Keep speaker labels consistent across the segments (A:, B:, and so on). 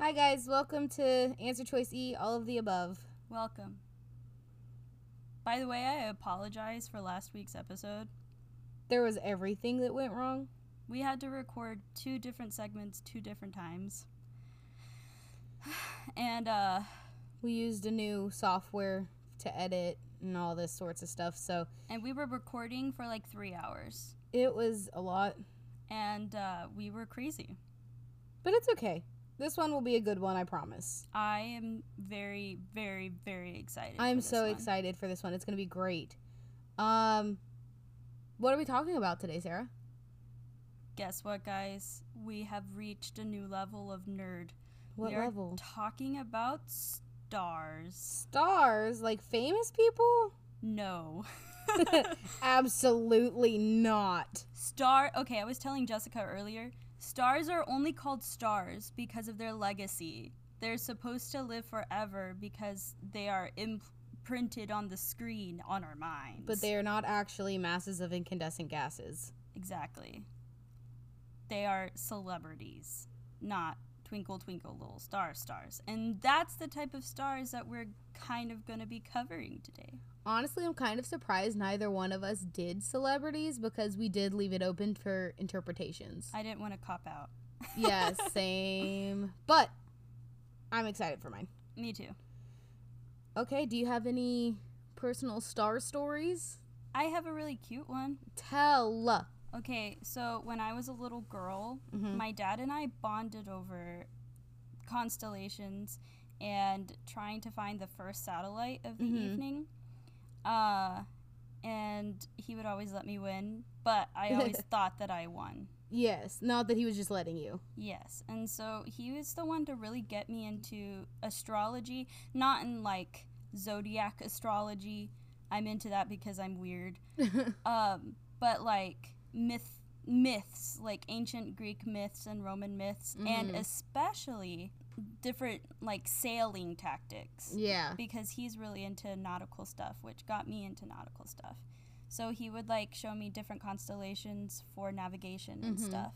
A: Hi, guys. Welcome to Answer Choice E, all of the above.
B: Welcome. By the way, I apologize for last week's episode.
A: There was everything that went wrong.
B: We had to record two different segments two different times. And uh
A: We used a new software to edit and all this sorts of stuff, so
B: and we were recording for like 3 hours
A: it was a lot.
B: and uh we were crazy.
A: But it's okay. This one will be a good one, I promise.
B: I am very very very excited. for
A: I'm
B: this
A: so
B: one.
A: excited for this one. It's going to be great. Um, what are we talking about today, Sarah?
B: Guess what, guys? We have reached a new level of nerd.
A: What
B: we are
A: level?
B: Talking about stars.
A: Stars? Like famous people?
B: No.
A: Absolutely not.
B: Star. Okay, I was telling Jessica earlier. Stars are only called stars because of their legacy. They're supposed to live forever because they are imprinted on the screen on our minds.
A: But they are not actually masses of incandescent gases.
B: exactly. They are celebrities, not twinkle twinkle little star stars. And that's the type of stars that we're kind of going to be covering today.
A: Honestly, I'm kind of surprised neither one of us did celebrities because we did leave it open for interpretations.
B: I didn't want to cop out.
A: yeah, same. But I'm excited for mine.
B: Me too.
A: Okay, do you have any personal star stories?
B: I have a really cute one.
A: Tell.
B: Okay, so when I was a little girl,
A: Mhm.
B: my dad and I bonded over constellations and trying to find the first satellite of the
A: Mhm.
B: evening. Uh, and he would always let me win, but I always thought that I won.
A: Yes, not that he was just letting you.
B: Yes. And so he was the one to really get me into astrology, not in like zodiac astrology. I'm into that because I'm weird um, but like myth myths like ancient greek myths and roman myths and
A: Mhm.
B: especially different like sailing tactics
A: yeah.
B: because he's really into nautical stuff which got me into nautical stuff so he would like show me different constellations for navigation and
A: Mhm.
B: stuff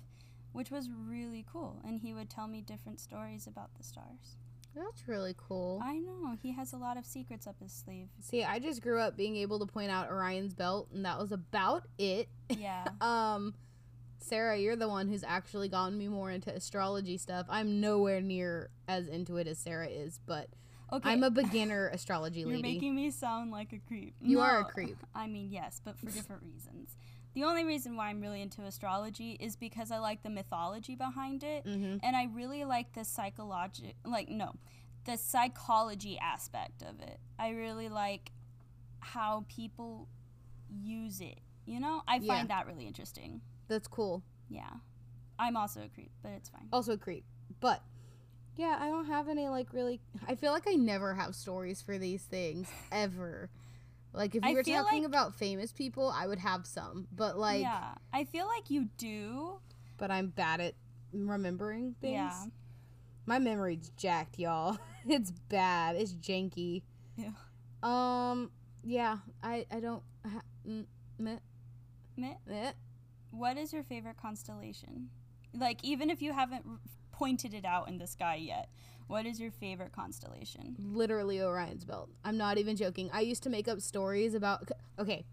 B: which was really cool and he would tell me different stories about the stars
A: That's really cool.
B: i know he has a lot of secrets up his sleeve
A: See, I just grew up being able to point out Orion's belt, and that was about it.
B: yeah
A: Um, Sarah, you're the one who's actually gotten me more into astrology stuff. I'm nowhere near as into it as Sarah is, but
B: okay
A: I'm a beginner astrology
B: You're
A: lady.
B: making me sound like a creep.
A: You are a
B: No,
A: creep.
B: I mean, yes, but for different reasons. The only reason why I'm really into astrology is because I like the mythology behind it,
A: hmm
B: and I really like the psychological, like, no, the psychology aspect of it. I really like how people use it, you know? I
A: Yeah.
B: find that really interesting.
A: That's cool.
B: Yeah. I'm also a creep, but it's fine.
A: Also a creep, but yeah, I don't have any like really. I feel like I never have stories for these things ever. Like if
B: I
A: we were
B: feel
A: talking
B: like-
A: about famous people, I would have some, but like,
B: yeah. I feel like you do.
A: but I'm bad at remembering things.
B: Yeah.
A: My memory's jacked, y'all. It's bad. It's janky.
B: Yeah.
A: Um. Yeah. I. I don't. Ha- mm, meh,
B: Meh.
A: meh.
B: What is your favorite constellation? Like, even if you haven't r- pointed it out in the sky yet, what is your favorite constellation?
A: Literally Orion's belt. I'm not even joking. I used to make up stories about. Okay.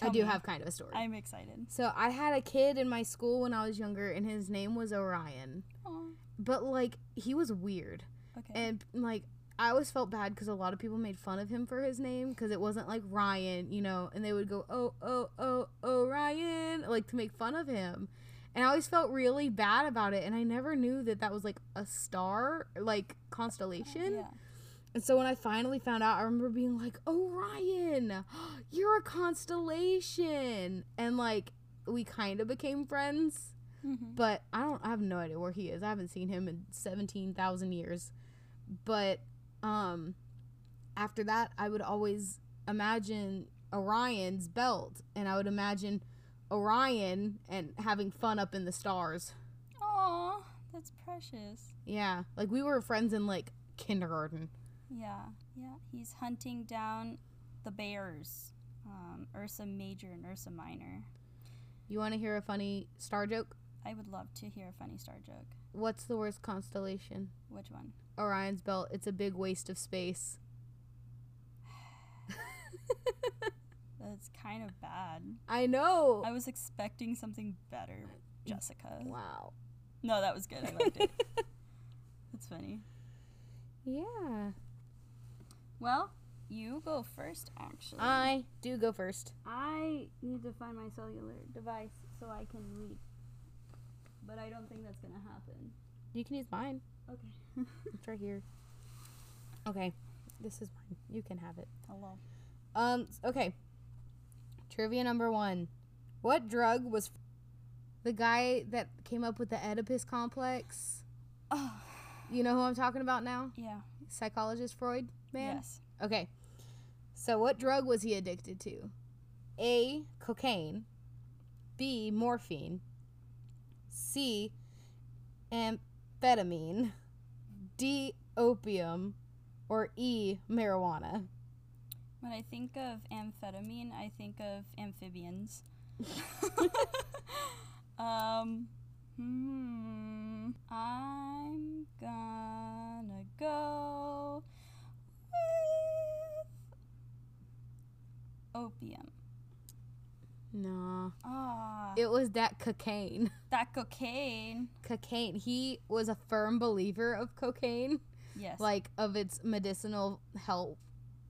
A: I
B: Tell
A: do
B: me.
A: have kind of a story.
B: I'm excited.
A: so I had a kid in my school when I was younger, and his name was Orion.
B: Oh,
A: But like he was weird,
B: okay.
A: and like I always felt bad because a lot of people made fun of him for his name because it wasn't like Ryan, you know, and they would go oh oh oh Orion like to make fun of him, and I always felt really bad about it, and I never knew that that was like a star like constellation.
B: yeah.
A: And so when I finally found out, I remember being like, Orion, you're a constellation. And like, we kind of became friends,
B: Mhm.
A: but I don't, I have no idea where he is. I haven't seen him in 17,000 years. But um, after that, I would always imagine Orion's belt and I would imagine Orion and having fun up in the stars.
B: Aw, that's precious.
A: Yeah, like we were friends in like kindergarten.
B: Yeah, yeah. He's hunting down the bears, um, Ursa Major and Ursa Minor.
A: You want to hear a funny star joke?
B: I would love to hear a funny star joke.
A: What's the worst constellation?
B: Which one?
A: Orion's belt. It's a big waste of space.
B: That's kind of bad.
A: I know.
B: I was expecting something better, Jessica.
A: wow.
B: No, that was good. I liked it. That's funny.
A: Yeah.
B: Well, you go first, actually.
A: I do go first.
B: I need to find my cellular device so I can read. But I don't think that's going to happen.
A: You can use mine.
B: Okay.
A: It's right here. Okay. This is mine. You can have it.
B: Hello.
A: Um, s- okay. Trivia number one. What drug was the guy that came up with the Oedipus complex?
B: Oh,
A: You know who I'm talking about now?
B: yeah.
A: Psychologist Freud, man?
B: Yes.
A: Okay. So, what drug was he addicted to? A. Cocaine. B. Morphine. C. Amphetamine. D. Opium. Or E. Marijuana.
B: When I think of amphetamine, I think of amphibians. um, hmm. I'm gonna go with opium.
A: Nah.
B: Ah,
A: It was that cocaine.
B: that cocaine.
A: Cocaine. He was a firm believer of cocaine,
B: Yes.
A: like of its medicinal help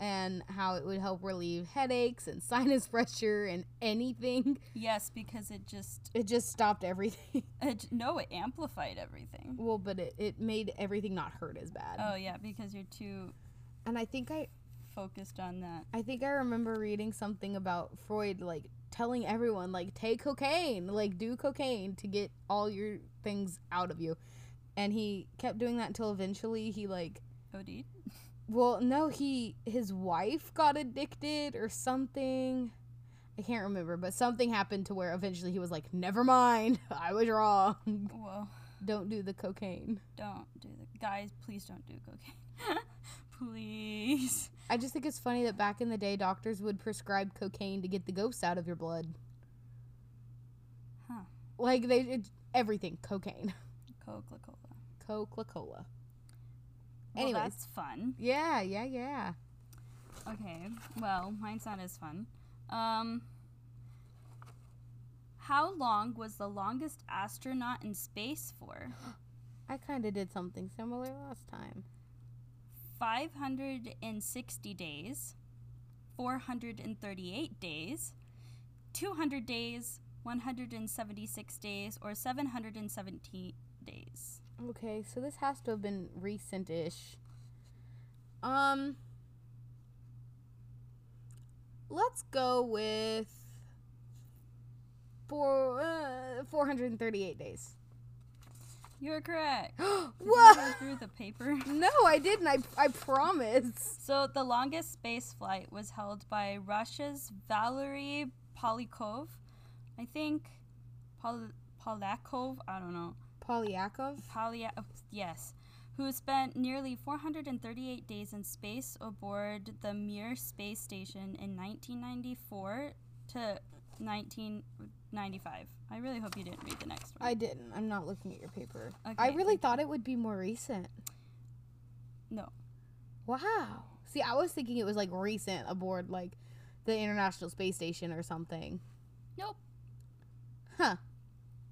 A: and how it would help relieve headaches and sinus pressure and anything.
B: yes, because it just
A: It just stopped everything.
B: it, j- no, it amplified everything.
A: Well, but it, it made everything not hurt as bad.
B: Oh yeah, because you're too
A: and I think I
B: focused on that.
A: I think I remember reading something about Freud like telling everyone like take cocaine, like do cocaine to get all your things out of you. And he kept doing that until eventually he like
B: Odie.
A: well, no, he his wife got addicted or something. I can't remember, but something happened to where eventually he was like, "Never mind. I was wrong.
B: Whoa.
A: Don't do the cocaine."
B: don't do the guys please don't do cocaine please
A: I just think it's funny that back in the day, doctors would prescribe cocaine to get the ghosts out of your blood.
B: Huh.
A: Like they it, everything cocaine,
B: coca-cola
A: Coca Cola.
B: well,
A: Anyways.
B: that's fun
A: Yeah, yeah, yeah.
B: okay well mine's not as fun um how long was the longest astronaut in space for
A: I kind of did something similar last time.
B: 560 days 438 days 200 days 176 days or 717 days
A: Okay, so this has to have been recent-ish. Um, let's go with four uh, four hundred and thirty-eight days.
B: you're correct Did you
A: Whoa!
B: go through the paper.
A: No, I didn't. I, I promise.
B: So the longest space flight was held by Russia's Valery Polyakov. I think Pol- Polyakov, I don't know.
A: Polyakov?
B: Polya oh, yes. Who spent nearly 438 days in space aboard the Mir space station in 1994 to 1995. I really hope you didn't read the next one.
A: I didn't. I'm not looking at your paper. I
B: Okay,
A: really
B: thank
A: thought it would be more recent.
B: no.
A: Wow. See, I was thinking it was like recent aboard like the International Space Station or something.
B: Nope.
A: Huh.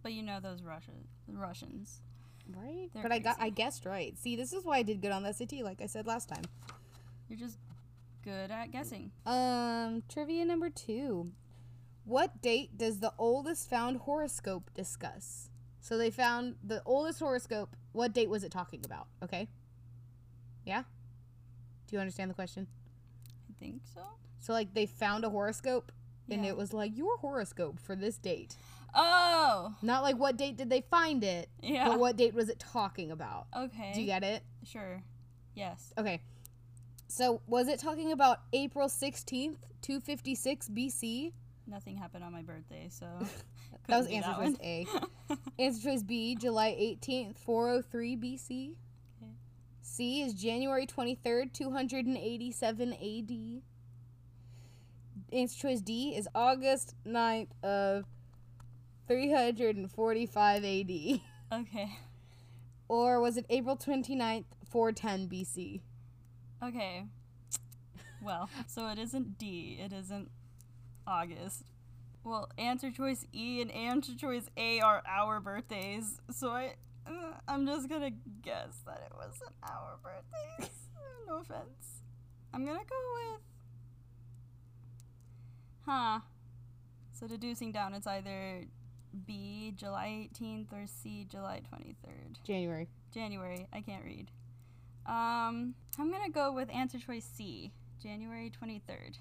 B: But you know those Russia- Russians.
A: Right?
B: They're
A: but I got I
B: crazy.
A: guessed right. See, this is why I did good on the SAT like I said last time.
B: You're just good at guessing.
A: Um, trivia number 2. What date does the oldest found horoscope discuss? So they found the oldest horoscope. What date was it talking about? Okay. Yeah? Do you understand the question?
B: I think so.
A: So like they found a horoscope and
B: Yeah.
A: it was like your horoscope for this date.
B: Oh,
A: Not like what date did they find it,
B: yeah.
A: but what date was it talking about?
B: okay.
A: Do you get it?
B: sure. Yes.
A: Okay. So was it talking about April 16th, 256 BC?
B: nothing happened on my birthday, so
A: That was
B: couldn't do
A: answer choice A.
B: one.
A: Answer choice B, July oh 18th, 403 BC.
B: Okay.
A: C is January 23rd, 287 AD. Answer choice D is August 9th of 345 AD.
B: okay.
A: Or was it April 29th, 410 BC?
B: Okay. Well, so it isn't D. It isn't August. Well, answer choice E and answer choice A are our birthdays, so I, uh, I'm just gonna guess that it wasn't our birthdays. no offense. I'm gonna go with. Huh. So deducing down, it's either B, July 18th, or C, July 23rd.
A: January.
B: January. I can't read. Um, I'm gonna go with answer choice C, January 23rd.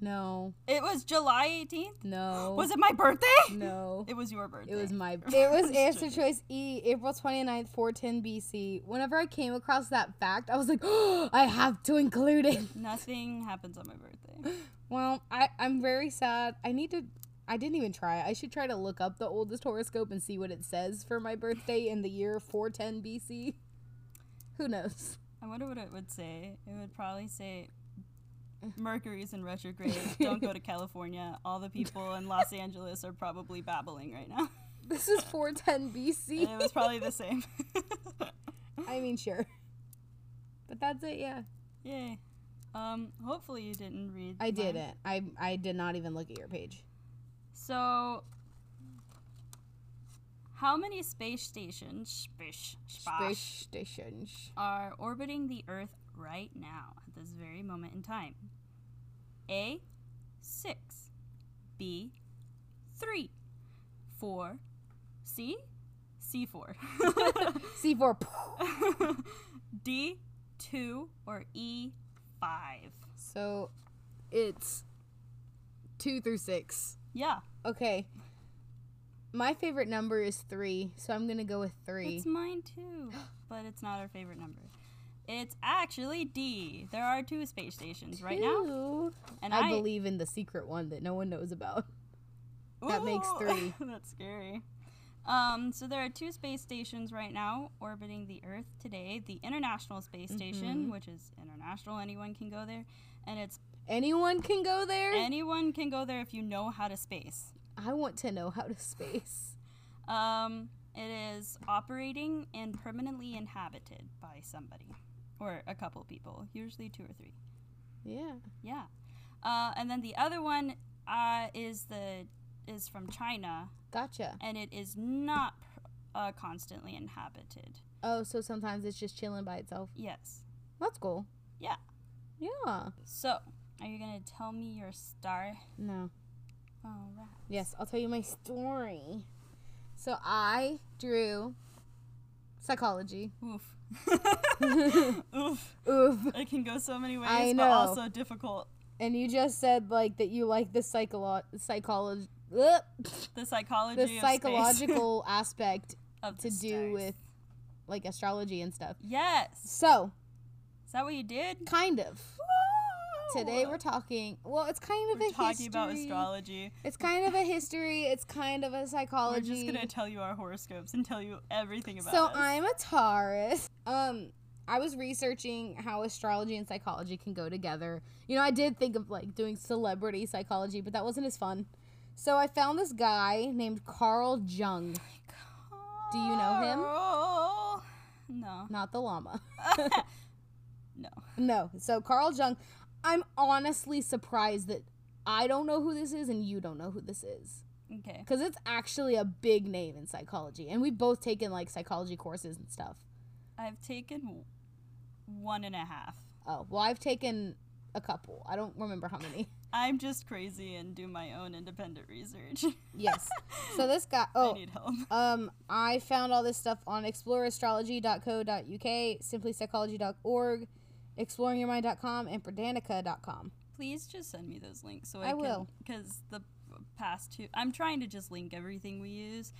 A: No.
B: It was July 18th.
A: No.
B: Was it my birthday?
A: No.
B: It was your birthday.
A: It was my. It was
B: Just
A: answer
B: joking.
A: choice E, April 29th, 410 BC. Whenever I came across that fact, I was like, oh, I have to include it.
B: Nothing happens on my birthday.
A: Well, I, I'm very sad. I need to. I didn't even try. I should try to look up the oldest horoscope and see what it says for my birthday in the year 410 BC. Who knows?
B: I wonder what it would say. It would probably say Mercury's in retrograde. Don't go to California. All the people in Los Angeles are probably babbling right now.
A: This is 410
B: And it
A: BC.
B: was probably the same.
A: I mean, sure. But that's it, yeah.
B: Yay. Um, hopefully you didn't read.
A: I
B: mine.
A: didn't. I I did not even look at your page.
B: So, how many space stations space,
A: Space
B: space,
A: station.
B: are orbiting the Earth right now at this very moment in time? A, 6, B, 3, 4, C, C4,
A: C4.
B: D, 2, or E, 5.
A: So it's two through six.
B: Yeah,
A: Okay. My favorite number is three, so I'm gonna go with three.
B: It's mine too, but it's not our favorite number. It's actually D. There are two space stations right now,
A: Two.
B: and I,
A: I, believe in the secret one that no one knows about. that makes
B: Ooh,
A: three.
B: that's scary. Um, so there are two space stations right now orbiting the Earth today. The International Space
A: Mm-hmm.
B: Station, which is international, anyone can go there, and it's
A: Anyone can go there.
B: anyone can go there if you know how to space.
A: I want to know how to space.
B: Um, it is operating and permanently inhabited by somebody or a couple people, usually two or three.
A: Yeah.
B: Yeah. Uh, and then the other one uh, is the is from China,
A: Gotcha.
B: and it is not uh, constantly inhabited.
A: Oh, so sometimes it's just chilling by itself.
B: Yes.
A: That's cool.
B: Yeah.
A: Yeah.
B: So, are you gonna tell me your star? Oh,
A: No.
B: All right.
A: Yes, I'll tell you my story. So I drew psychology.
B: Oof. Oof.
A: Oof.
B: It can go so many ways,
A: I
B: but
A: know.
B: also difficult.
A: And you just said like that you like the psycholo- psychology
B: The psychology.
A: the
B: of space-
A: psychological aspect
B: of
A: to
B: the
A: do
B: stars.
A: with like astrology and stuff.
B: Yes.
A: So,
B: Is that what you did?
A: kind of. Today
B: Woo!
A: we're talking, well, it's kind of
B: We're
A: a
B: talking
A: history.
B: about astrology.
A: It's kind of a history, it's kind of a
B: We're
A: psychology.
B: just gonna tell you our horoscopes and tell you everything about.
A: so
B: us.
A: I'm a Taurus. Um, I was researching how astrology and psychology can go together. You know, I did think of like doing celebrity psychology, but that wasn't as fun. So I found this guy named Carl Jung, Do you know him?
B: Carl. No.
A: not the llama.
B: No.
A: No. So Carl Jung, I'm honestly surprised that I don't know who this is and you don't know who this is.
B: Okay.
A: Because it's actually a big name in psychology. And we've both taken like psychology courses and stuff.
B: I've taken w- one and a half.
A: Oh, well, I've taken a couple. I don't remember how many.
B: I'm just crazy and do my own independent research.
A: yes. So this guy,
B: I
A: oh,
B: need help.
A: um, I found all this stuff on exploreastrology.co.uk, simplypsychology.org, exploringyourmind.com, and perdanica.com.
B: Please just send me those links so
A: I
B: I,
A: will.
B: Because the past two, I'm trying to just link everything we use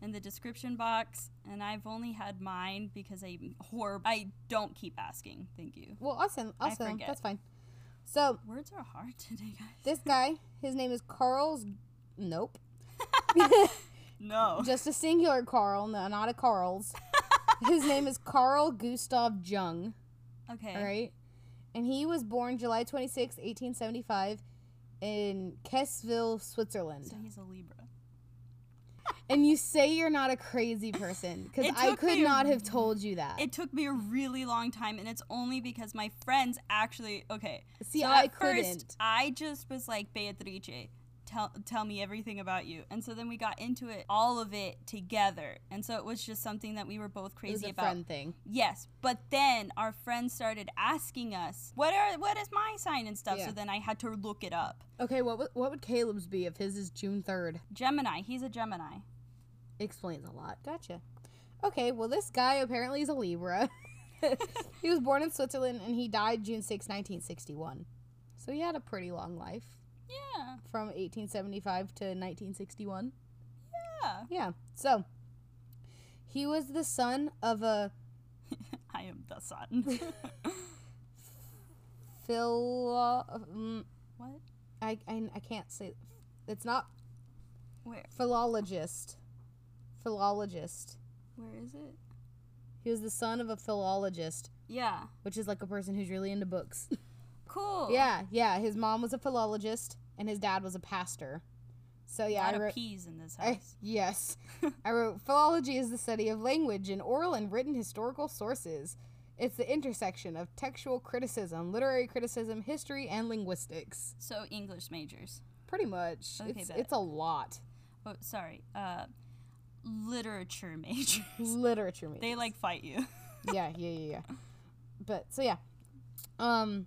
B: in the description box, and I've only had mine because I'm horrible. I don't keep asking. Thank you.
A: Well, I'll send, I'll
B: I
A: send them.
B: forget.
A: That's fine. So
B: Words are hard today, guys.
A: this guy, his name is Carl's. Nope.
B: No.
A: Just a singular Carl, no, not a Carl's. His name is Carl Gustav Jung,
B: Okay.
A: all right? And he was born July 26, 1875 in Kessville, Switzerland.
B: So he's a Libra.
A: And you say you're not a crazy person cuz
B: It
A: I
B: took
A: could
B: me-
A: not have told you that.
B: It took me a really long time, and it's only because my friends actually. Okay.
A: See,
B: so
A: I
B: at
A: couldn't.
B: First, I just was like Beatrice. Tell, tell me everything about you. And so then we got into it, all of it together. And so it was just something that we were
A: It was
B: both crazy
A: a
B: about.
A: friend thing.
B: Yes, but then our friends started asking us, "What are what is my sign and stuff?"
A: Yeah.
B: So then I had to look it up.
A: Okay, what would, what would Caleb's be if his is June 3rd?
B: Gemini, he's a Gemini.
A: Explains a lot. Gotcha. Okay, well this guy apparently is a Libra. he was born in Switzerland and he died June 6, 1961. So he had a pretty long life.
B: Yeah.
A: from 1875 to 1961.
B: Yeah.
A: Yeah. So he was the son of a
B: I am the sun.
A: philo. mm,
B: what?
A: I, I I can't say. It's not
B: Where?
A: philologist. Philologist.
B: Where is it?
A: He was the son of a philologist,
B: Yeah.
A: which is like a person who's really into books.
B: Cool.
A: yeah, yeah. His mom was a philologist and his dad was a pastor. So yeah,
B: A lot
A: I
B: of
A: wrote.
B: peas in this
A: I,
B: house.
A: Eh, yes. I wrote philology is the study of language in oral and written historical sources. It's the intersection of textual criticism, literary criticism, history, and linguistics.
B: so English majors.
A: Pretty much.
B: Okay,
A: it's
B: bet.
A: it's a lot.
B: Oh, sorry. Uh, literature majors.
A: Literature majors.
B: they like fight you.
A: yeah, yeah, yeah, yeah. But so yeah. Um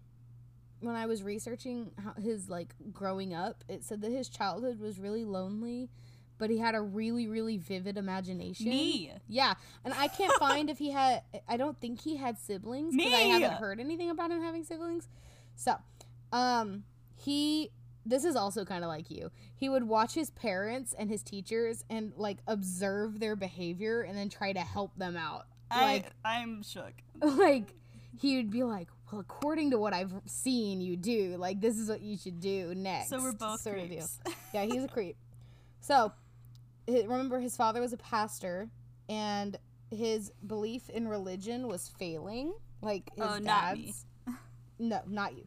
A: when I was researching how his like growing up, it said that his childhood was really lonely, but he had a really really vivid imagination.
B: Me.
A: Yeah, and I can't find if he had. I don't think he had siblings because I
B: Me!
A: haven't heard anything about him having siblings. So, um, he. This is also kind of like you. He would watch his parents and his teachers and like observe their behavior and then try to help them out. Like-
B: I I'm shook.
A: Like he would be like, "Well, according to what I've seen you do, like this is what you should do next."
B: So we're both
A: sort of deal.
B: creeps.
A: Yeah, he's a creep. So, hi- remember, his father was a pastor, and his belief in religion was failing. Like his
B: Oh,
A: dad's.
B: not me.
A: No, not you.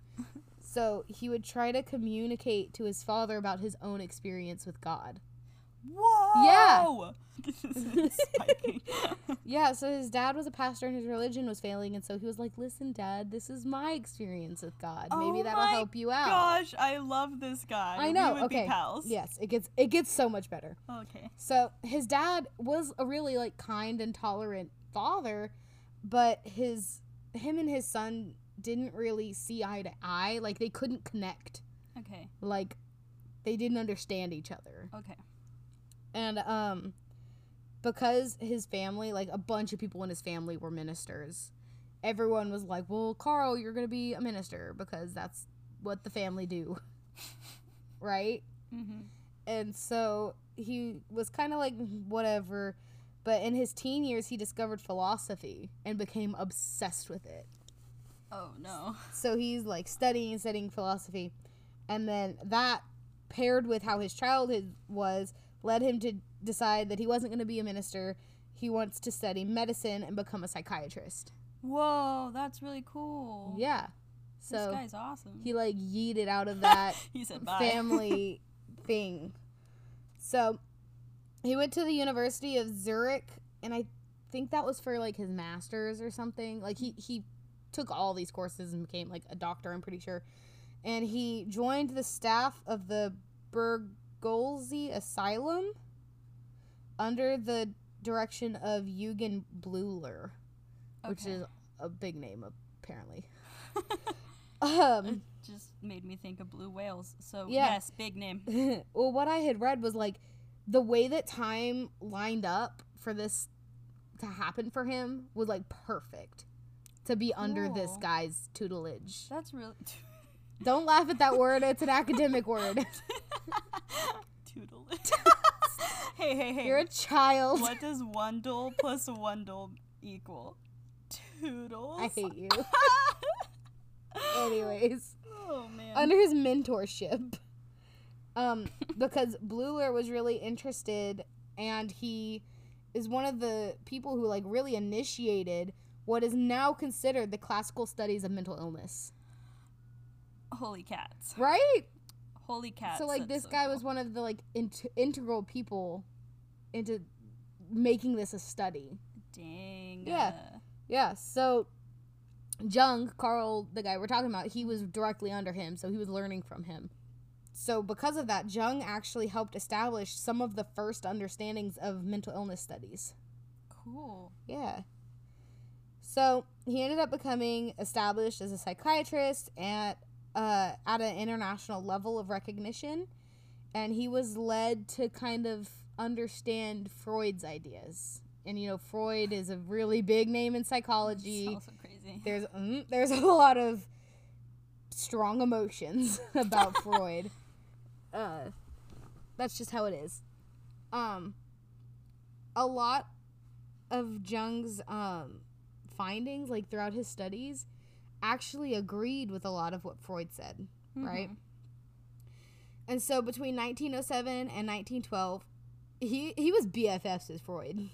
A: so he would try to communicate to his father about his own experience with God.
B: Whoa.
A: Yeah.
B: This is spiking.
A: Yeah, so his dad was a pastor and his religion was failing, and so he was like, "Listen, Dad, this is my experience with God. Maybe
B: Oh
A: that'll
B: my
A: help you out."
B: Gosh, I love this guy.
A: I know.
B: We would
A: okay.
B: Be pals.
A: Yes, it gets it gets so much better.
B: Okay.
A: So his dad was a really like kind and tolerant father, but his him and his son didn't really see eye to eye. Like they couldn't connect.
B: Okay.
A: Like they didn't understand each other.
B: Okay.
A: And um because his family, like a bunch of people in his family were ministers, everyone was like, "Well, Carl, you're going to be a minister because that's what the family do." right?
B: Mm-hmm.
A: and so he was kind of like "Mm, whatever but in his teen years he discovered philosophy and became obsessed with it
B: Oh no.
A: so he's like studying and studying philosophy and then that paired with how his childhood was led him to decide that he wasn't going to be a minister he wants to study medicine and become a psychiatrist
B: Whoa, that's really cool.
A: yeah
B: Oh. This
A: so
B: guy's awesome.
A: he like yeeted out of that
B: he said bye.
A: family thing. So he went to the University of Zurich, and I think that was for like his master's or something. Like he he took all these courses and became like a doctor. I'm pretty sure, and he joined the staff of the Bergolzi Asylum under the direction of Eugen Bleuler, which
B: Okay.
A: is a big name apparently. um,
B: It just made me think of blue whales. So
A: Yeah.
B: yes, big name.
A: well, what I had read was like the way that time lined up for this to happen for him was like perfect to be under this
B: Cool.
A: guy's tutelage.
B: That's really
A: Don't laugh at that word, it's an academic word.
B: Toodle. hey, hey, hey.
A: You're a child.
B: what does wundle plus wundle equal? Toodles.
A: I hate you. Anyways,
B: Oh man.
A: under his mentorship, um, because Bluler was really interested, and he is one of the people who like really initiated what is now considered the classical studies of mental illness.
B: Holy cats.
A: Right?
B: Holy cats.
A: so like
B: that's
A: this
B: so
A: guy
B: cool.
A: was one of the like int- integral people into making this a study.
B: Dang.
A: Yeah. Yeah, so Jung, Carl, the guy we're talking about, he was directly under him, so he was learning from him. So because of that, Jung actually helped establish some of the first understandings of mental illness studies.
B: Cool.
A: Yeah. So he ended up becoming established as a psychiatrist at uh, at an international level of recognition, and he was led to kind of understand Freud's ideas. And you know, Freud is a really big name in psychology
B: It's also crazy.
A: there's mm, there's a lot of strong emotions about Freud. Uh, that's just how it is. Um, a lot of Jung's um, findings, like throughout his studies, actually agreed with a lot of what Freud said,
B: Mm-hmm.
A: right? And so between 1907 and 1912, he he was BFFs with Freud.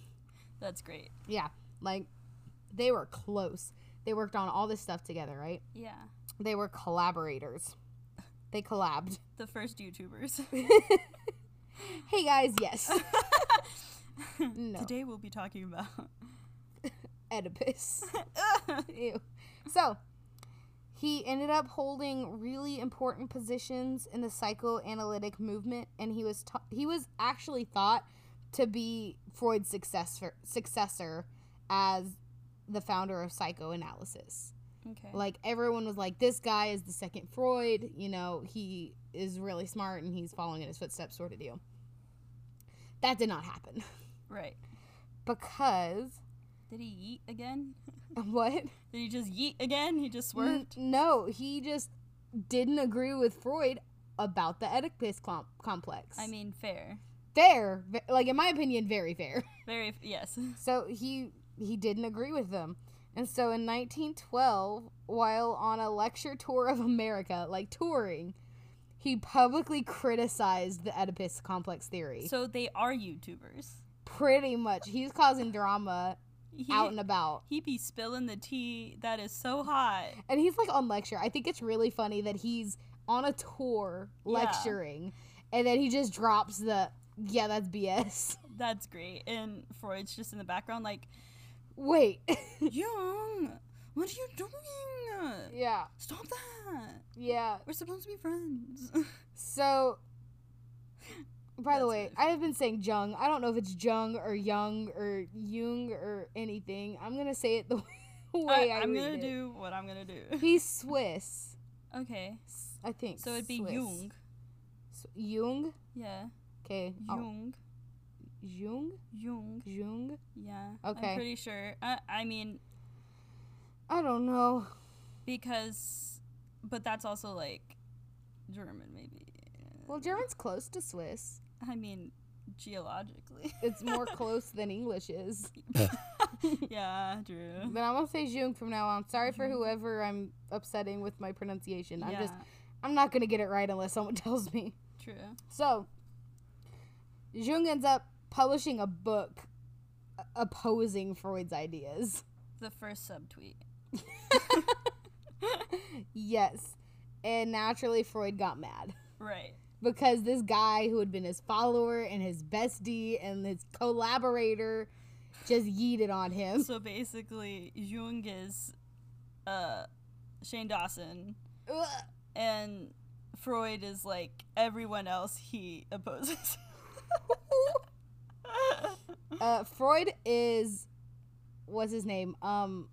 B: That's great.
A: Yeah, like they were close. They worked on all this stuff together, right?
B: Yeah.
A: They were collaborators. They collabed.
B: The first YouTubers.
A: Hey guys, yes. No.
B: Today we'll be talking about
A: Oedipus. Ew. So, he ended up holding really important positions in the psychoanalytic movement and he was ta- he was actually thought to be Freud's successor successor as the founder of psychoanalysis.
B: Okay.
A: like everyone was like this guy is the second freud you know he is really smart and he's following in his footsteps sort of deal that did not happen
B: right.
A: because
B: Did he yeet again?
A: what
B: Did he just yeet again? He just swerved?
A: N- no he just didn't agree with freud about the oedipus com- complex
B: I mean, fair.
A: fair ve- like in my opinion very fair
B: Very, f- yes.
A: So he he didn't agree with them. And so in 1912, while on a lecture tour of America, like touring, he publicly criticized the Oedipus complex theory.
B: So they are YouTubers.
A: Pretty much, he's causing drama
B: He,
A: out and about.
B: he be spilling the tea that is so hot.
A: And he's like on lecture. I think it's really funny that he's on a tour lecturing and then he just drops the yeah, that's BS.
B: That's great. And Freud's just in the background, like,
A: Wait.
B: Young, what are you doing?
A: yeah.
B: Stop that.
A: Yeah.
B: We're supposed to be friends.
A: So, by the
B: That's
A: way,
B: really
A: I have been saying Jung. I don't know if it's Jung or Young or Jung or anything. I'm gonna say it the way I,
B: I, am
A: read
B: gonna
A: it.
B: do what I'm gonna do.
A: He's Swiss,
B: Okay.
A: S- I think.
B: So it'd be
A: Swiss.
B: Jung.
A: S- Jung.
B: Yeah.
A: Okay. I'll-
B: Jung.
A: Jung.
B: Jung.
A: Jung.
B: Yeah.
A: Okay.
B: I'm pretty sure. I, I mean,
A: I don't know.
B: because, but that's also like German, maybe.
A: Well, German's close to Swiss.
B: I mean, geologically.
A: It's more close than English is.
B: yeah, true.
A: But I'm gonna say Jung from now on. Sorry for whoever I'm upsetting with my pronunciation. I'm
B: yeah,
A: just. I'm not gonna get it right unless someone tells me.
B: true.
A: So, Jung ends up publishing a book uh, opposing Freud's ideas.
B: The first subtweet.
A: Yes. And naturally, Freud got mad
B: Right.
A: because this guy who had been his follower and his bestie and his collaborator just yeeted on him.
B: So basically, Jung is uh, Shane Dawson,
A: Ugh.
B: and Freud is like everyone else he opposes.
A: Uh, Freud is, what's his name? Um,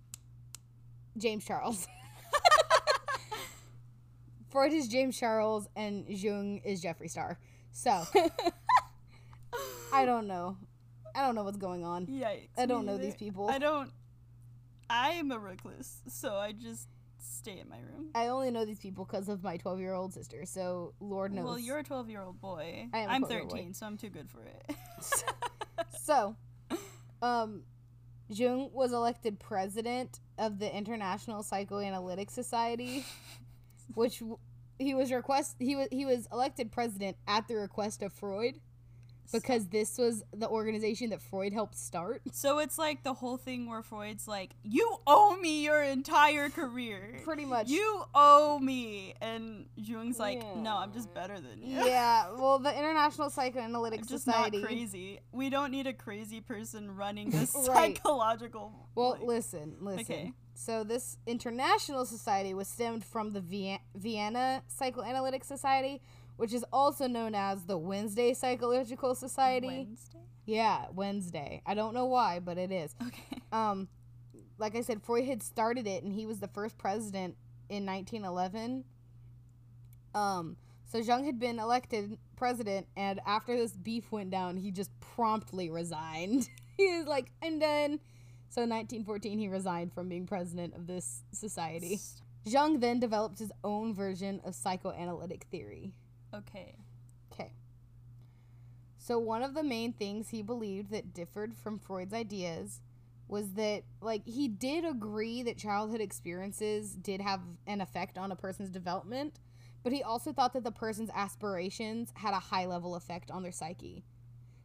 A: James Charles. Freud is James Charles and Jung is Jeffree Star. So I don't know. I don't know what's going on.
B: Yikes.
A: I
B: me
A: don't know
B: either.
A: these people.
B: I don't. I am a recluse, so I just stay in my room.
A: I only know these people because of my 12 year old sister. So Lord knows.
B: Well, you're a 12 year old boy.
A: I am a
B: I'm
A: 12-year-old boy.
B: 13, so I'm too good for it.
A: so, um, Jung was elected president of the International Psychoanalytic Society, which w- he was request he was he was elected president at the request of Freud because this was the organization that Freud helped start.
B: So it's like the whole thing where Freud's like, "You owe me your entire career.
A: Pretty much.
B: You owe me." And Jung's like, "No, I'm just
A: Yeah.
B: better than you.
A: yeah, well, the International Psychoanalytic
B: I'm just
A: Society.
B: not crazy. We don't need a crazy person running this
A: Right.
B: psychological."
A: Well,
B: like-
A: listen, listen.
B: okay.
A: So this international society was stemmed from the Vien- Vienna Psychoanalytic Society, which is also known as the Wednesday Psychological Society.
B: Wednesday.
A: Yeah, Wednesday. I don't know why, but it is.
B: Okay.
A: Um, like I said, Freud had started it, and he was the first president in 1911. Um, so Jung had been elected president, and after this beef went down, he just promptly resigned. he was like, "I'm done." So in 1914, he resigned from being president of this society. Jung then developed his own version of psychoanalytic theory.
B: Okay.
A: Okay. So one of the main things he believed that differed from Freud's ideas was that like he did agree that childhood experiences did have an effect on a person's development, but he also thought that the person's aspirations had a high level effect on their psyche.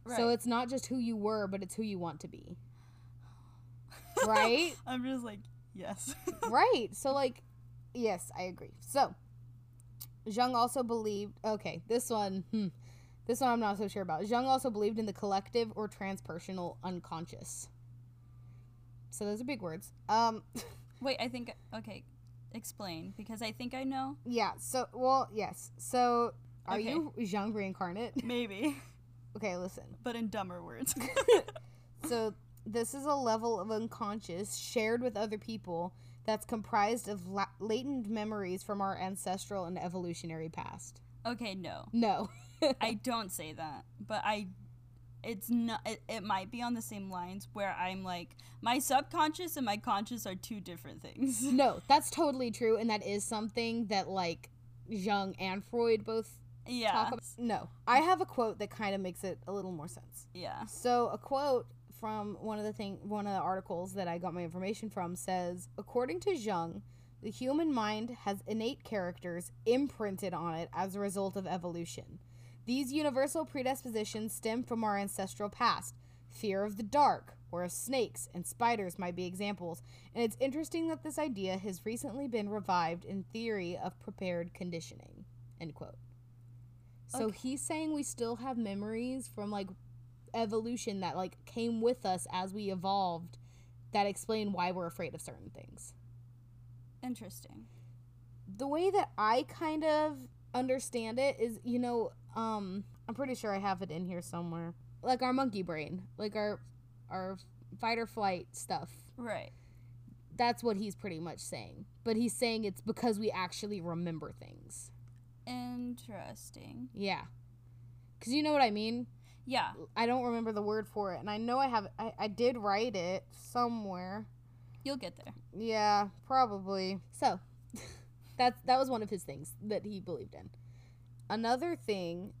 B: Right.
A: So it's not just who you were, but it's who you want to be. right?
B: I'm just like, yes.
A: right. So like yes, I agree. So Jung also believed okay, this one hmm, this one I'm not so sure about. Jung also believed in the collective or transpersonal unconscious. So those are big words. Um
B: Wait, I think okay, explain because I think I know.
A: yeah, so well, yes. So are
B: Okay.
A: you Jung reincarnate?
B: Maybe,
A: okay, listen.
B: but in dumber words.
A: So this is a level of unconscious shared with other people that's comprised of la- latent memories from our ancestral and evolutionary past.
B: okay, no.
A: No.
B: I don't say that, but I it's not it, it might be on the same lines where I'm like my subconscious and my conscious are two different things.
A: No, that's totally true, and that is something that like Jung and Freud both
B: Yeah.
A: talk about. No, I have a quote that kind of makes it a little more sense.
B: Yeah.
A: So a quote from one of the thing, one of the articles that I got my information from says, according to Jung, the human mind has innate characters imprinted on it as a result of evolution. These universal predispositions stem from our ancestral past. Fear of the dark, or of snakes and spiders might be examples, and it's interesting that this idea has recently been revived in theory of prepared conditioning. End quote. So
B: Okay.
A: he's saying we still have memories from like evolution that like came with us as we evolved that explain why we're afraid of certain things.
B: Interesting.
A: The way that I kind of understand it is, you know, um I'm pretty sure I have it in here somewhere. Like our monkey brain, like our our fight or flight stuff.
B: Right.
A: That's what he's pretty much saying. But he's saying it's because we actually remember things.
B: Interesting.
A: Yeah. Cuz you know what I mean?
B: Yeah.
A: I don't remember the word for it and I know I have I, I did write it somewhere.
B: You'll get there.
A: Yeah, probably. So, that that was one of his things that he believed in. Another thing,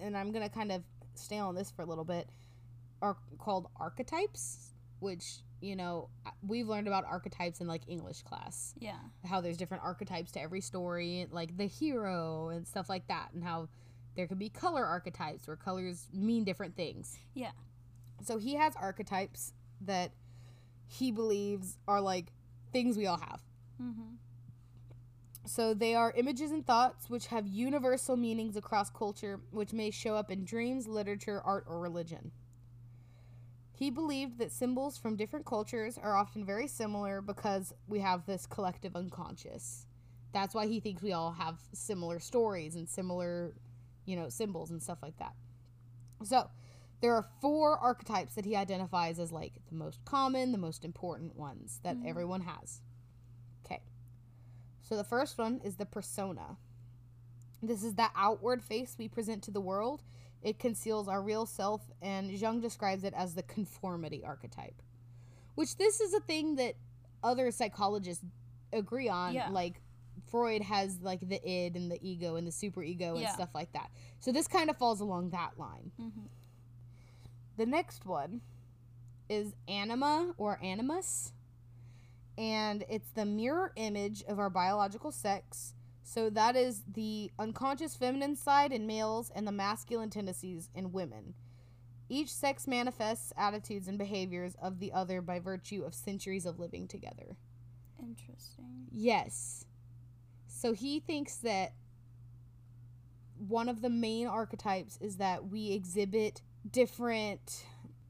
A: and I'm gonna kind of stay on this for a little bit, are called archetypes, which you know we've learned about archetypes in like English class
B: Yeah.
A: how there's different archetypes to every story, like the hero and stuff like that, and how there could be color archetypes where colors mean different things.
B: Yeah.
A: So he has archetypes that he believes are like things we all have.
B: Mhm.
A: So they are images and thoughts which have universal meanings across culture, which may show up in dreams, literature, art, or religion. He believed that symbols from different cultures are often very similar because we have this collective unconscious. That's why he thinks we all have similar stories and similar, you know, symbols and stuff like that. So, there are four archetypes that he identifies as like the most common, the most important ones that
B: Mhm.
A: everyone has. Okay. So the first one is the persona. This is the outward face we present to the world. It conceals our real self, and Jung describes it as the conformity archetype, which this is a thing that other psychologists agree on.
B: Yeah.
A: Like Freud has like the id and the ego and the superego and
B: Yeah.
A: stuff like that.
B: mm-hmm.
A: So this kind of falls along that line.
B: Mhm.
A: The next one is anima or animus, and it's the mirror image of our biological sex. So that is the unconscious feminine side in males and the masculine tendencies in women. Each sex manifests attitudes and behaviors of the other by virtue of centuries of living together.
B: Interesting.
A: Yes. So he thinks that one of the main archetypes is that we exhibit different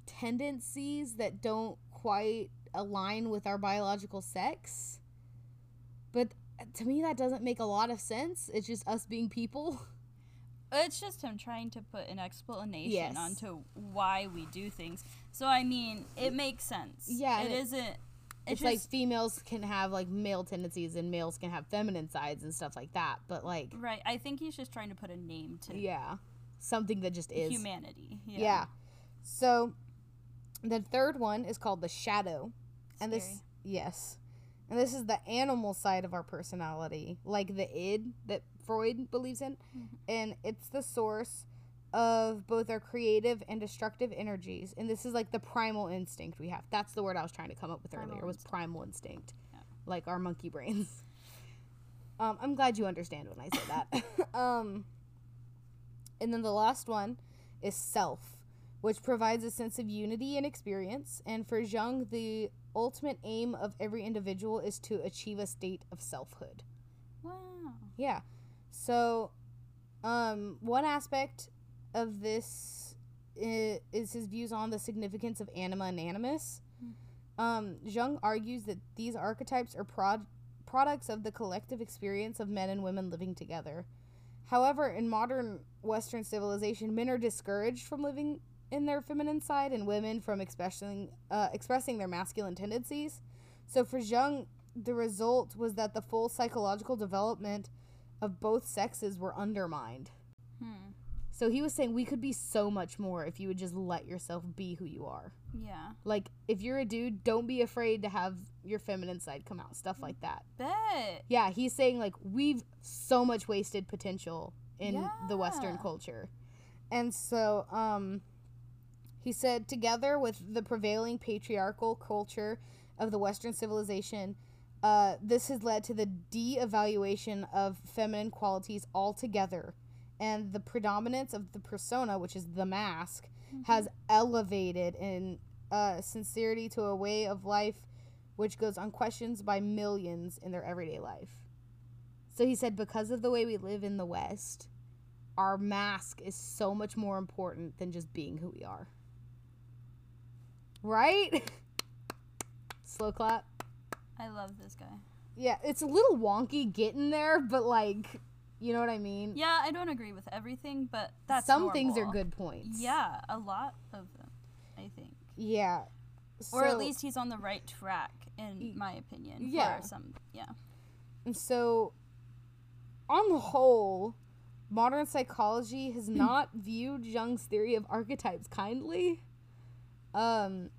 A: tendencies that don't quite align with our biological sex. But to me, that doesn't make a lot of sense. It's just us being people.
B: It's just him trying to put an explanation
A: Yes.
B: onto why we do things. So I mean, it makes sense.
A: Yeah,
B: it
A: and it-
B: isn't. It's,
A: It's, like
B: just
A: females can have like male tendencies and males can have feminine sides and stuff like that. But like,
B: right. I think he's just trying to put a name to
A: yeah, something that just is.
B: humanity. Yeah.
A: Yeah. So the third one is called the shadow. And this
B: Scary.
A: yes. And this is the animal side of our personality, like the id that Freud believes in.
B: Mm-hmm.
A: And it's the source of both our creative and destructive energies. And this is like the primal instinct we have. That's the word I was trying to come up with
B: Primal
A: earlier was
B: instinct.
A: primal instinct.
B: Yeah.
A: Like our monkey brains. Um, I'm glad you understand when I say that. um, and then the last one is self, which provides a sense of unity and experience. And for Jung, the ultimate aim of every individual is to achieve a state of selfhood.
B: Wow.
A: Yeah. So, um, one aspect of this is, is his views on the significance of anima and animus. Um, Jung argues that these archetypes are prod- products of the collective experience of men and women living together. However, in modern Western civilization, men are discouraged from living in their feminine side and women from expressing, uh, expressing their masculine tendencies. So for Jung, the result was that the full psychological development of both sexes were undermined.
B: Hmm.
A: So he was saying we could be so much more if you would just let yourself be who you are.
B: Yeah.
A: Like if you're a dude, don't be afraid to have your feminine side come out, stuff like that.
B: Bet.
A: Yeah, he's saying like we've so much wasted potential in the western
B: Yeah.
A: culture. And so um he said together with the prevailing patriarchal culture of the western civilization uh, this has led to the de-evaluation of feminine qualities altogether and the predominance of the persona which is the mask has elevated in uh, sincerity to a way of life which goes unquestioned by millions in their everyday life. So he said, because of the way we live in the West, our mask is so much more important than just being who we are. Right? Slow clap.
B: I love this guy.
A: Yeah, it's a little wonky getting there, but like, you know what I mean?
B: Yeah, I don't agree with everything, but that's
A: Some things are
B: normal.
A: good points.
B: Yeah, a lot of them, I think.
A: Yeah.
B: Or at
A: So-
B: least he's on the right track, in my opinion. for
A: yeah.
B: Some, yeah.
A: And so, on the whole, modern psychology has
B: Hmm.
A: not viewed Jung's theory of archetypes kindly. Um,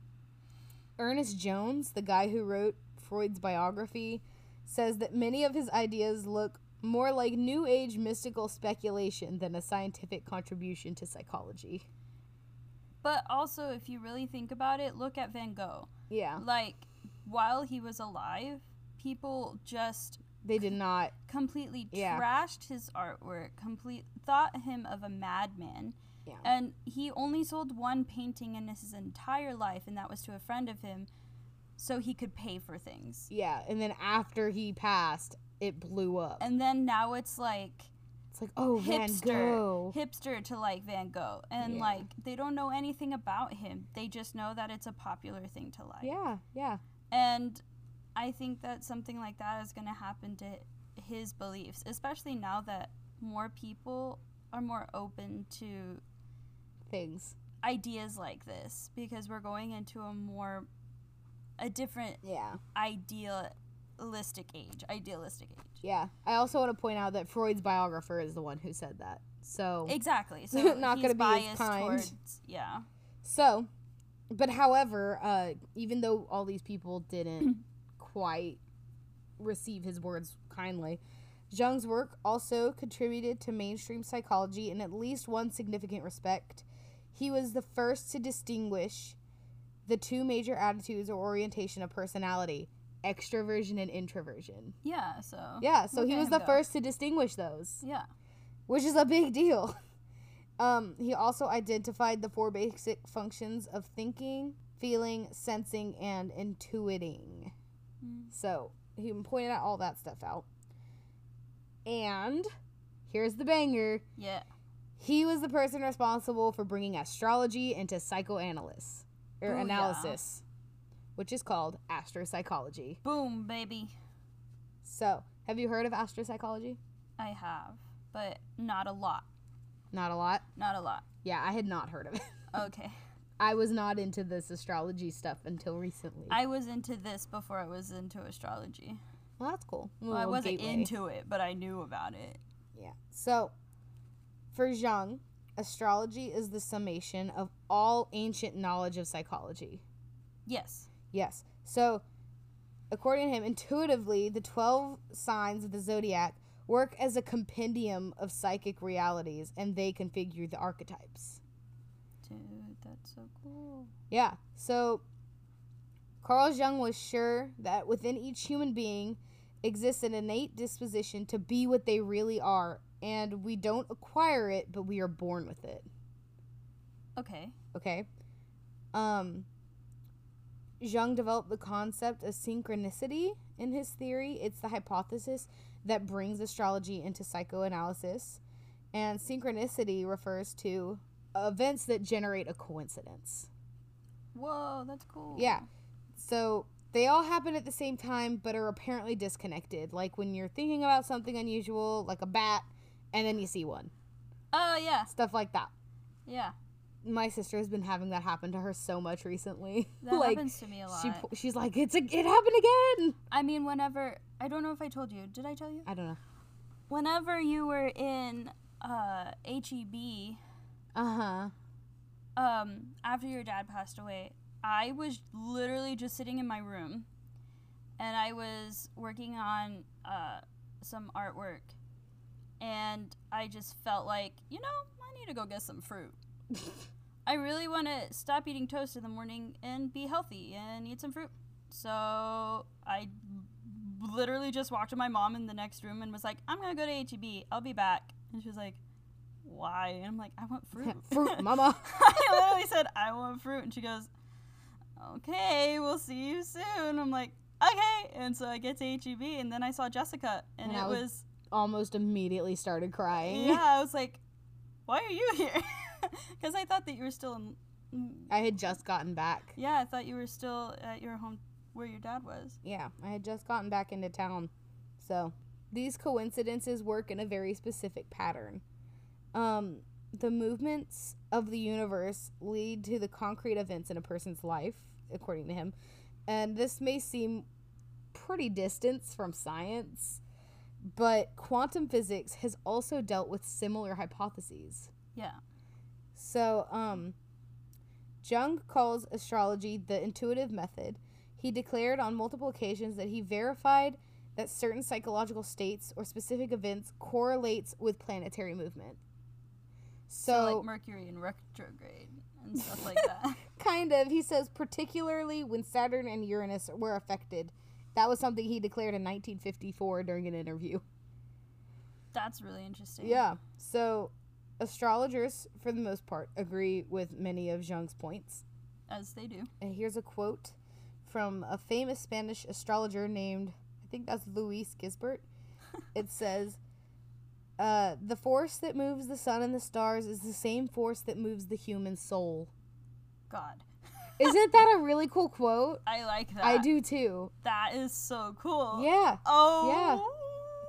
A: Ernest Jones, the guy who wrote Freud's biography, says that many of his ideas look more like New Age mystical speculation than a scientific contribution to psychology.
B: But also, if you really think about it, look at Van Gogh.
A: Yeah,
B: Like, while he was alive, people just
A: they did not.
B: completely
A: Yeah.
B: trashed his artwork, complete thought him of a madman.
A: Yeah.
B: And he only sold one painting in his entire life, and that was to a friend of him, so he could pay for things.
A: Yeah, and then after he passed, it blew up.
B: And then now it's like
A: It's like, oh, Van
B: hipster
A: Gogh.
B: hipster to like Van Gogh and
A: Oh. Yeah.
B: like they don't know anything about him. They just know that it's a popular thing to like.
A: Yeah, yeah.
B: And I think that something like that is going to happen to his beliefs, especially now that more people are more open to
A: Things.
B: ideas like this because we're going into a more a different
A: Yeah.
B: idealistic age, idealistic age.
A: Yeah. I also want to point out that Freud's biographer is the one who said that. So
B: Exactly. So
A: Not
B: he's
A: gonna be as
B: biased
A: kind.
B: towards yeah.
A: so but however, uh even though all these people didn't quite receive his words kindly, Jung's work also contributed to mainstream psychology in at least one significant respect. He was the first to distinguish the two major attitudes or orientation of personality extroversion and introversion.
B: Yeah, so.
A: Yeah, so
B: Oh, Look
A: he
B: at
A: was
B: him
A: the
B: go.
A: first to distinguish those,
B: Yeah.
A: which is a big deal. Um, he also identified the four basic functions of thinking, feeling, sensing, and intuiting.
B: Mm.
A: So he pointed out all that stuff out. And here's the banger
B: Yeah.
A: he was the person responsible for bringing astrology into psychoanalysis or
B: Booyah.
A: analysis, which is called astropsychology.
B: Boom, baby.
A: So, have you heard of astropsychology?
B: I have, but not a lot.
A: Not a lot.
B: Not a lot.
A: Yeah, I had not heard of it.
B: Okay.
A: I was not into this astrology stuff until recently.
B: I was into this before I was into astrology.
A: well, that's cool.
B: Well, I
A: Little
B: wasn't
A: gateway.
B: into it, but I knew about it.
A: Yeah. So, for Zhang, astrology is the summation of all ancient knowledge of psychology.
B: Yes.
A: Yes. So, according to him, intuitively, the 12 signs of the zodiac work as a compendium of psychic realities and they configure the archetypes.
B: Dude, that's so cool.
A: Yeah. So, Carl Jung was sure that within each human being exists an innate disposition to be what they really are, and we don't acquire it, but we are born with it.
B: Okay.
A: Okay. Um, Jung developed the concept of synchronicity in his theory. It's the hypothesis that brings astrology into psychoanalysis. And synchronicity refers to events that generate a coincidence.
B: Whoa, that's cool.
A: Yeah. So they all happen at the same time, but are apparently disconnected. Like when you're thinking about something unusual, like a bat, and then you see one.
B: Oh, yeah.
A: Stuff like that.
B: Yeah.
A: My sister has been having that happen to her so much recently.
B: That
A: like,
B: happens to me a lot.
A: She po- she's like, it's a, it happened again.
B: I mean, whenever. I don't know if I told you. Did I tell you?
A: I don't know.
B: Whenever you were in uh, HEB,
A: Uh huh.
B: um, after your dad passed away, I was literally just sitting in my room and I was working on uh, some artwork. And I just felt like, you know, I need to go get some fruit. I really want to stop eating toast in the morning and be healthy and eat some fruit. So I literally just walked to my mom in the next room and was like, I'm going to go to HEB. I'll be back. And she was like, why? And I'm like, I want fruit.
A: Fruit, mama.
B: I literally said, I want fruit. And she goes, Okay, we'll see you soon. I'm like, Okay. And so I get to HEB, and then I saw Jessica, and,
A: And I
B: it
A: was-
B: was,
A: Almost immediately started crying.
B: yeah, I was like, Why are you here? Because I thought that you were still in, mm,
A: I had just gotten back.
B: yeah, I thought you were still at your home where your dad was.
A: Yeah, I had just gotten back into town. So these coincidences work in a very specific pattern. Um, the movements of the universe lead to the concrete events in a person's life, according to him. And this may seem pretty distant from science, but quantum physics has also dealt with similar hypotheses.
B: Yeah.
A: So, um, Jung calls astrology the intuitive method. He declared on multiple occasions that he verified that certain psychological states or specific events correlates with planetary movement. So,
B: So, like Mercury in retrograde and stuff like that.
A: kind of, he says particularly when Saturn and Uranus were affected. That was something he declared in 1954 during an interview.
B: That's really interesting.
A: Yeah. So, astrologers, for the most part, agree with many of Jung's points.
B: As they do.
A: And here's a quote from a famous Spanish astrologer named, I think that's Luis Gisbert. it says, uh, The force that moves the sun and the stars is the same force that moves the human soul.
B: God.
A: Isn't that a really cool quote?
B: I like that.
A: I do too.
B: That is so cool.
A: Yeah.
B: Oh.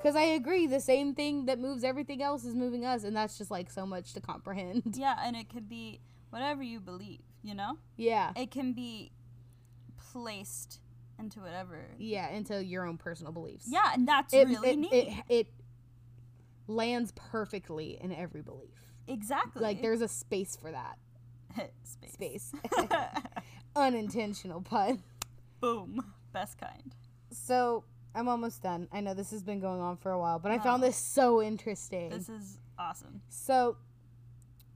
A: Because I agree, the same thing that moves everything else is moving us, and that's just like so much to comprehend.
B: Yeah, and it could be whatever you believe, you know?
A: Yeah.
B: It can be placed into whatever.
A: Yeah, into your own personal beliefs.
B: Yeah, and that's
A: It,
B: really
A: it,
B: neat.
A: it, it lands perfectly in every belief.
B: exactly.
A: like there's a space for that
B: space.
A: space unintentional pun
B: Boom. Best kind.
A: so i'm almost done i know this has been going on for a while but i
B: Wow.
A: found this so interesting
B: This is awesome.
A: so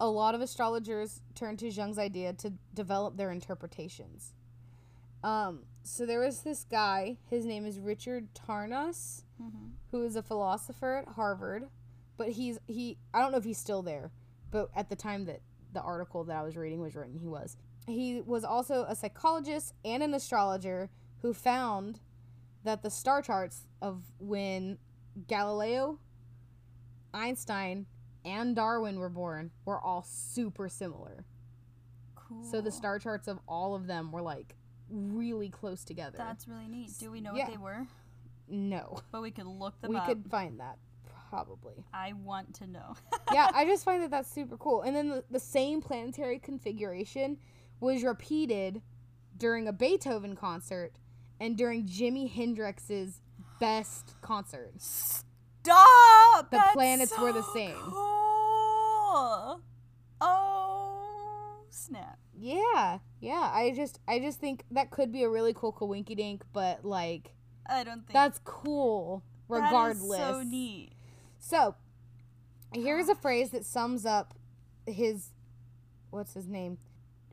A: a lot of astrologers turned to Jung's idea to develop their interpretations. Um, so there was this guy, his name is Richard Tarnas,
B: Mm-hmm.
A: who is a philosopher at Harvard, but he's he I don't know if he's still there, but at the time that the article that I was reading was written, he was. He was also a psychologist and an astrologer who found that the star charts of when Galileo, Einstein, and Darwin were born were all super similar.
B: Cool.
A: So the star charts of all of them were like really close together.
B: That's really neat. Do we know
A: Yeah.
B: what they were?
A: no.
B: But we could look them
A: We
B: up.
A: could find that probably.
B: I want to know.
A: yeah, I just find that that's super cool. And then the, the same planetary configuration was repeated during a Beethoven concert and during Jimi Hendrix's best concert.
B: Stop!
A: The
B: That's
A: planets were the
B: so
A: same.
B: Cool. Oh snap!
A: Yeah, yeah. I just I just think that could be a really cool coinky dink, but like
B: I don't think
A: that's cool
B: That is
A: regardless.
B: so neat.
A: So, here's a phrase that sums up his what's his name?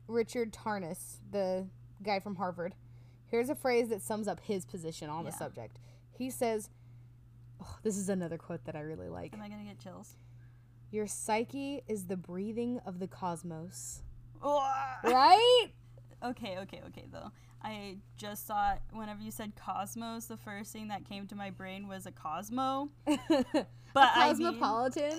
A: Richard Tarnas, the guy from Harvard. Here's a phrase that sums up his position on the
B: Yeah.
A: subject. He says, oh, this is another quote that I really like.
B: Am I gonna get chills?
A: Your psyche is the breathing of the cosmos.
B: Ugh.
A: Right?
B: okay, okay, okay. Though I just saw it- whenever you said cosmos, the first thing that came to my brain was a cosmo. But I mean-
A: Cosmopolitan.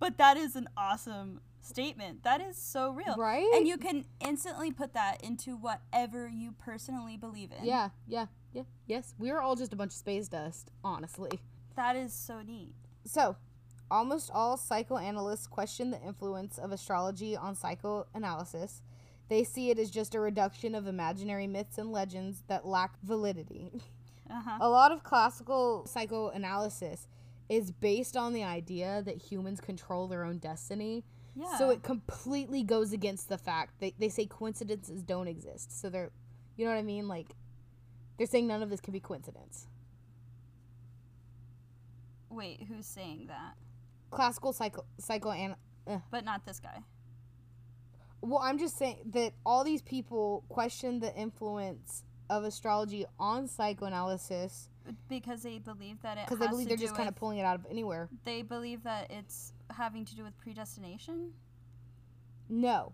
B: but that is an awesome statement. That is so real.
A: Right?
B: And you can instantly put that into whatever you personally believe in.
A: yeah, yeah, yeah. Yes, we are all just a bunch of space dust, honestly.
B: That is so neat.
A: So, almost all psychoanalysts question the influence of astrology on psychoanalysis. They see it as just a reduction of imaginary myths and legends that lack validity.
B: Uh-huh.
A: A lot of classical psychoanalysis is based on the idea that humans control their own destiny.
B: Yeah.
A: Oh, So it completely goes against the fact. They, they say coincidences don't exist. So they're, you know what I mean? Like, they're saying none of this can be coincidence.
B: Wait, who's saying that?
A: Classical psycho, uh, psychoan-
B: But not this guy.
A: Well, I'm just saying that all these people question the influence of astrology on psychoanalysis
B: Because they believe that it
A: because
B: has
A: they believe
B: to
A: they're
B: do
A: just kind of
B: with-
A: pulling it out of anywhere.
B: they believe that it's having to do with predestination.
A: No.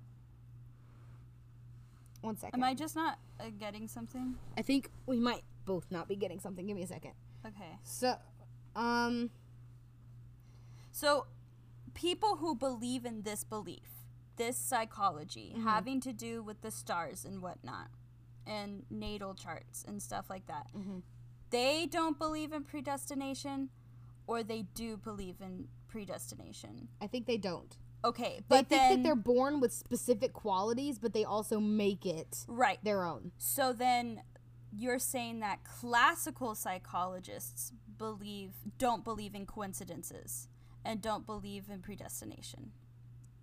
A: One second.
B: Am I just not uh, getting something?
A: I think we might both not be getting something. Give me a second.
B: Okay.
A: So, um,
B: So, people who believe in this belief, this psychology,
A: Mm-hmm.
B: having to do with the stars and whatnot, and natal charts and stuff like that,
A: Mm-hmm.
B: they don't believe in predestination, or they do believe in predestination.
A: I think they don't.
B: Okay,
A: They
B: but
A: think
B: then
A: that they're born with specific qualities, but they also make it
B: right.
A: their own.
B: So then you're saying that classical psychologists believe don't believe in coincidences and don't believe in predestination.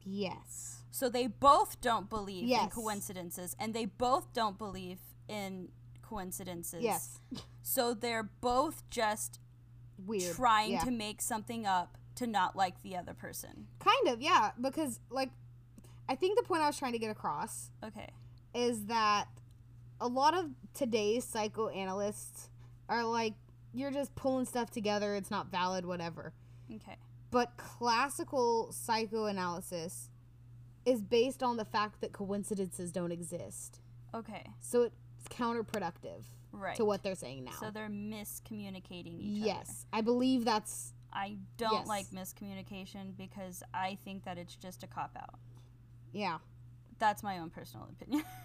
A: Yes.
B: So they both don't believe in
A: Yes.
B: coincidences and they both don't believe in coincidences.
A: Yes.
B: So they're both just
A: Weird.
B: trying
A: Yeah.
B: to make something up to not like the other person.
A: Kind of, yeah, because like I think the point I was trying to get across
B: Okay.
A: is that a lot of today's psychoanalysts are like you're just pulling stuff together, it's not valid, whatever.
B: Okay.
A: But classical psychoanalysis is based on the fact that coincidences don't exist.
B: Okay.
A: So it's counterproductive
B: Right.
A: to what they're saying now.
B: so they're miscommunicating each other.
A: yes, I believe that's
B: I don't
A: Yes.
B: like miscommunication because I think that it's just a cop out.
A: yeah.
B: That's my own personal opinion.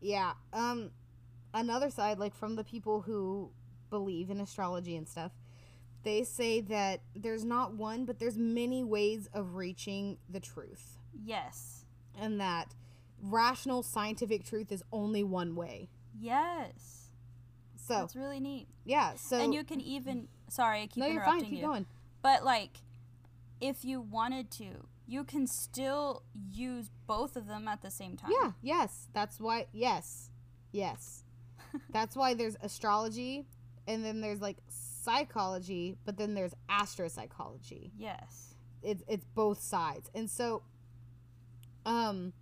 A: Yeah. Um another side like from the people who believe in astrology and stuff, they say that there's not one but there's many ways of reaching the truth
B: yes.
A: and that rational scientific truth is only one way.
B: Yes.
A: So,
B: That's really neat.
A: yeah, so
B: and you can even sorry, I keep
A: No, you're
B: interrupting
A: fine. Keep
B: you.
A: going.
B: But like if you wanted to, you can still use both of them at the same time.
A: Yeah, yes. That's why yes. Yes. that's why there's astrology and then there's like psychology, but then there's astropsychology.
B: Yes.
A: it's it's both sides. And so um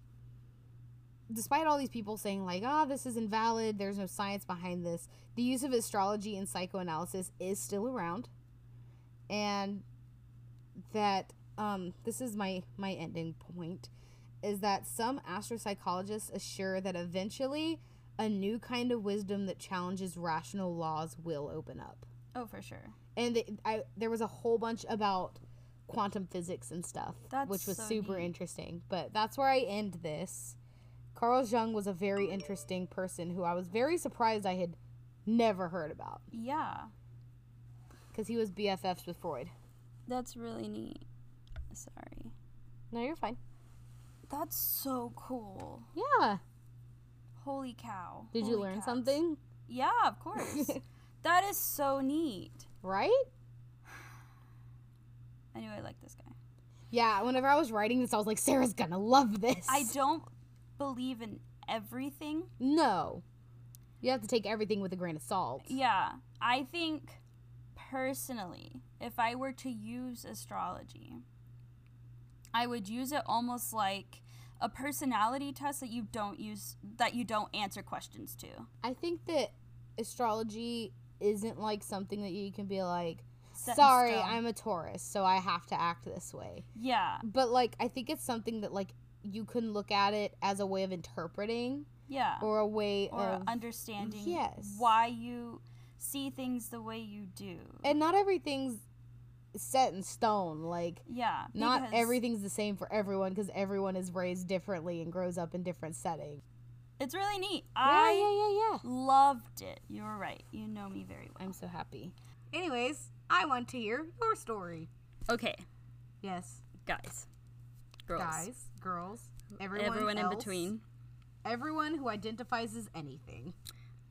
A: despite all these people saying like ah oh, this is invalid there's no science behind this the use of astrology in psychoanalysis is still around and that um, this is my my ending point is that some astropsychologists assure that eventually a new kind of wisdom that challenges rational laws will open up
B: Oh, for sure.
A: and they, I, there was a whole bunch about quantum physics and stuff
B: That's
A: which was
B: so
A: super
B: neat.
A: interesting but that's where i end this carl jung was a very interesting person who i was very surprised i had never heard about
B: Yeah,
A: because he was bffs with freud
B: that's really neat. Sorry.
A: no you're fine
B: That's so cool.
A: yeah
B: Holy cow.
A: did you
B: Holy
A: learn
B: cats.
A: something
B: Yeah, of course. that is so neat.
A: right
B: I knew I liked this guy.
A: yeah whenever i was writing this i was like sarah's gonna love this
B: I don't believe in everything.
A: no you have to take everything with a grain of salt
B: Yeah, I think personally, if I were to use astrology, I would use it almost like a personality test that you don't use that you don't answer questions to.
A: i think that astrology isn't like something that you can be like
B: Set in
A: sorry
B: stone.
A: i'm a taurus so i have to act this way
B: yeah,
A: but like i think it's something that like you can look at it as a way of interpreting
B: yeah, or,
A: or a way of
B: understanding
A: Yes.
B: why you see things the way you do.
A: and not everything's set in stone like
B: yeah,
A: not
B: because-
A: everything's the same for everyone because everyone is raised differently and grows up in different settings
B: It's really neat.
A: yeah
B: I
A: yeah yeah yeah
B: loved it. You were right. You know me very well.
A: i'm so happy anyways i want to hear your story
B: Okay,
A: yes
B: guys, girls,
A: guys girls everyone,
B: everyone in
A: else,
B: between.
A: everyone who identifies as anything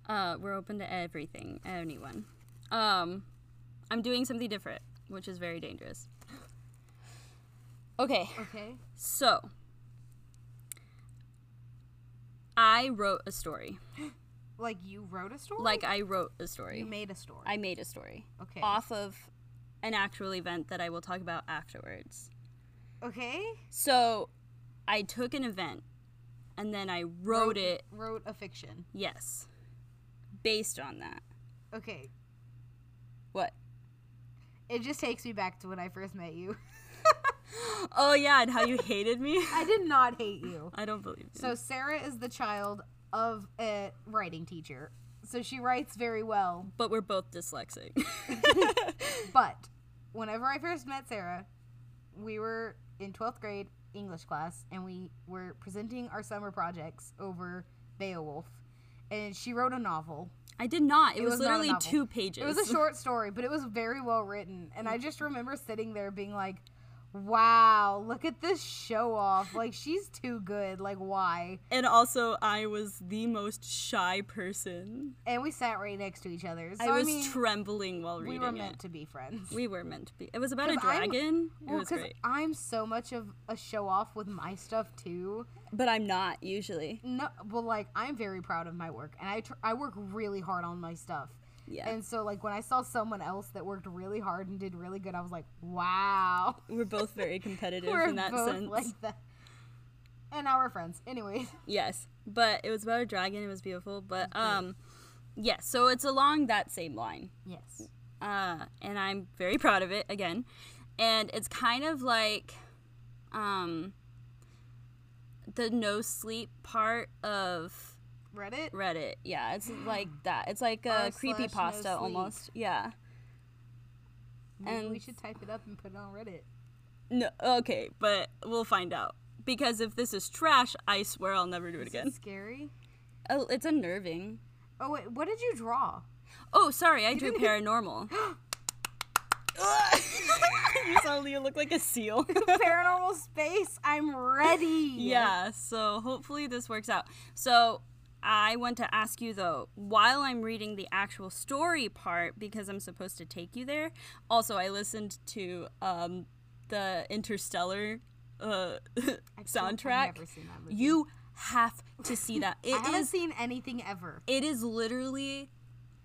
B: Uh, we're open to everything, anyone. Um, I'm doing something different, which is very dangerous. Okay,
A: okay
B: so I wrote a story.
A: like you wrote a story
B: Like I wrote a story.
A: you made a story
B: I made a story
A: okay
B: off of an actual event that I will talk about afterwards.
A: okay
B: So I took an event and then I wrote it.
A: wrote a fiction
B: Yes, based on that.
A: okay
B: What?
A: it just takes me back to when i first met you
B: Oh yeah, and how you hated me.
A: i did not hate you
B: I don't believe you.
A: so sarah is the child of a writing teacher so she writes very well
B: but we're both dyslexic.
A: but whenever i first met sarah we were in 12th grade english class and we were presenting our summer projects over beowulf and she wrote a novel
B: I did not. It, was,
A: was not a
B: literally
A: novel.
B: two pages.
A: It was a short story, but it was very well written. And
B: Mm.
A: I just remember sitting there being like, wow, look at this show off. Like, she's too good. Like, why?
B: and also, I was the most shy person.
A: And we sat right next to each other. So,
B: I was
A: mean,
B: trembling while
A: we
B: reading
A: were
B: it.
A: meant to be friends.
B: we were meant to be. It was about a
A: 'Cause I'm-
B: dragon. it
A: well,
B: was
A: because
B: great.
A: I'm so much of a show off with my stuff too.
B: But I'm not usually.
A: No, well, like I'm very proud of my work, and I tr- I work really hard on my stuff.
B: Yeah.
A: And so, like when I saw someone else that worked really hard and did really good, I was like, wow.
B: We're both very competitive
A: We're
B: in that
A: both
B: sense.
A: like that. And now we're friends. Anyways,
B: Yes. But it was about a dragon. It was beautiful. But um yes, so it's along that same line.
A: yes.
B: uh, and I'm very proud of it again. And it's kind of like um, the no sleep part of
A: Reddit.
B: Reddit. Yeah, it's like that. It's like a
A: R slash
B: creepy
A: no
B: pasta
A: sleep.
B: almost. Yeah.
A: Maybe we
B: and-
A: should type it up and put it on Reddit.
B: No. Okay, but we'll find out because if this is trash, I swear I'll never do it again.
A: It's scary.
B: Oh, it's unnerving.
A: Oh wait, what did you draw?
B: Oh, sorry, I drew paranormal. you suddenly you look like a seal.
A: Paranormal space. I'm ready.
B: Yeah, so hopefully this works out. So I want to ask you though, while I'm reading the actual story part, because I'm supposed to take you there, also I listened to um, the Interstellar uh, soundtrack.
A: I've never seen that movie.
B: You have to see that.
A: I
B: It
A: haven't
B: is
A: seen anything ever.
B: it is literally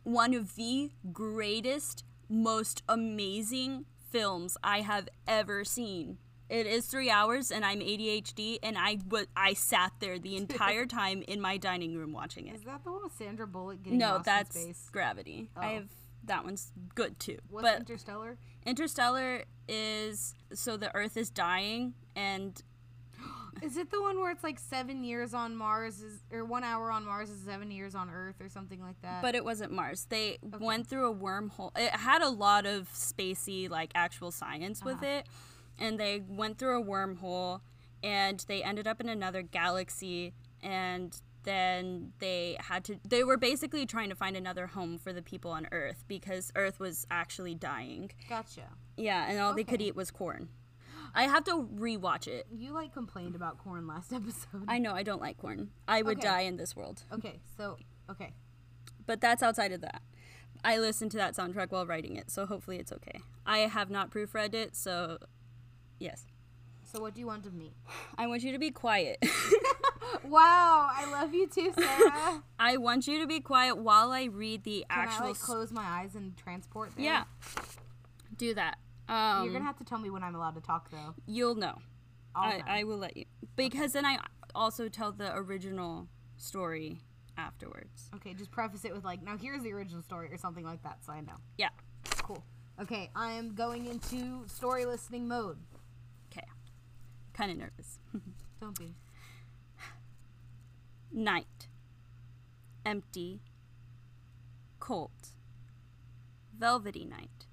B: one of the greatest, most amazing films I have ever seen. It is three hours, and I'm ADHD, and I wa- I sat there the entire time in my dining room watching it.
C: Is that the one with Sandra Bullock getting
B: No,
C: lost
B: that's
C: in space?
B: Gravity. I
C: Oh.
B: have that one's good too.
C: What's
B: but
C: Interstellar?
B: Interstellar is so the Earth is dying, and
C: Is it the one where it's like seven years on Mars is or one hour on Mars is seven years on Earth or something like that?
B: but it wasn't Mars. They went through a wormhole. It had a lot of spacey, like actual science with it, and they went through a wormhole, and they ended up in another galaxy, and then they had to. They were basically trying to find another home for the people on Earth because Earth was actually dying.
C: gotcha.
B: Yeah, and all they could eat was corn. I have to rewatch it.
C: You like complained about corn last episode.
B: I know I don't like corn. I would
C: Okay.
B: die in this world.
C: okay, so okay.
B: But that's outside of that. I listened to that soundtrack while writing it, so hopefully it's okay. I have not proofread it, so yes.
C: So what do you want of me?
B: I want you to be quiet.
C: Wow, I love you too, Sarah.
B: I want you to be quiet while I read the
C: Can
B: actual
C: I like
B: s-
C: close my eyes and transport there?
B: Yeah. Do that. Um
C: You're gonna have to tell me when I'm allowed to talk though.
B: you'll know.
C: I'll
B: I,
C: know.
B: I will let you. Because then I also tell the original story afterwards.
C: okay, just preface it with like, now here's the original story or something like that, so I know.
B: Yeah.
C: Cool. Okay, I am going into story listening mode.
B: Okay. Kind of nervous.
C: Don't be.
B: night, empty, cold, velvety night.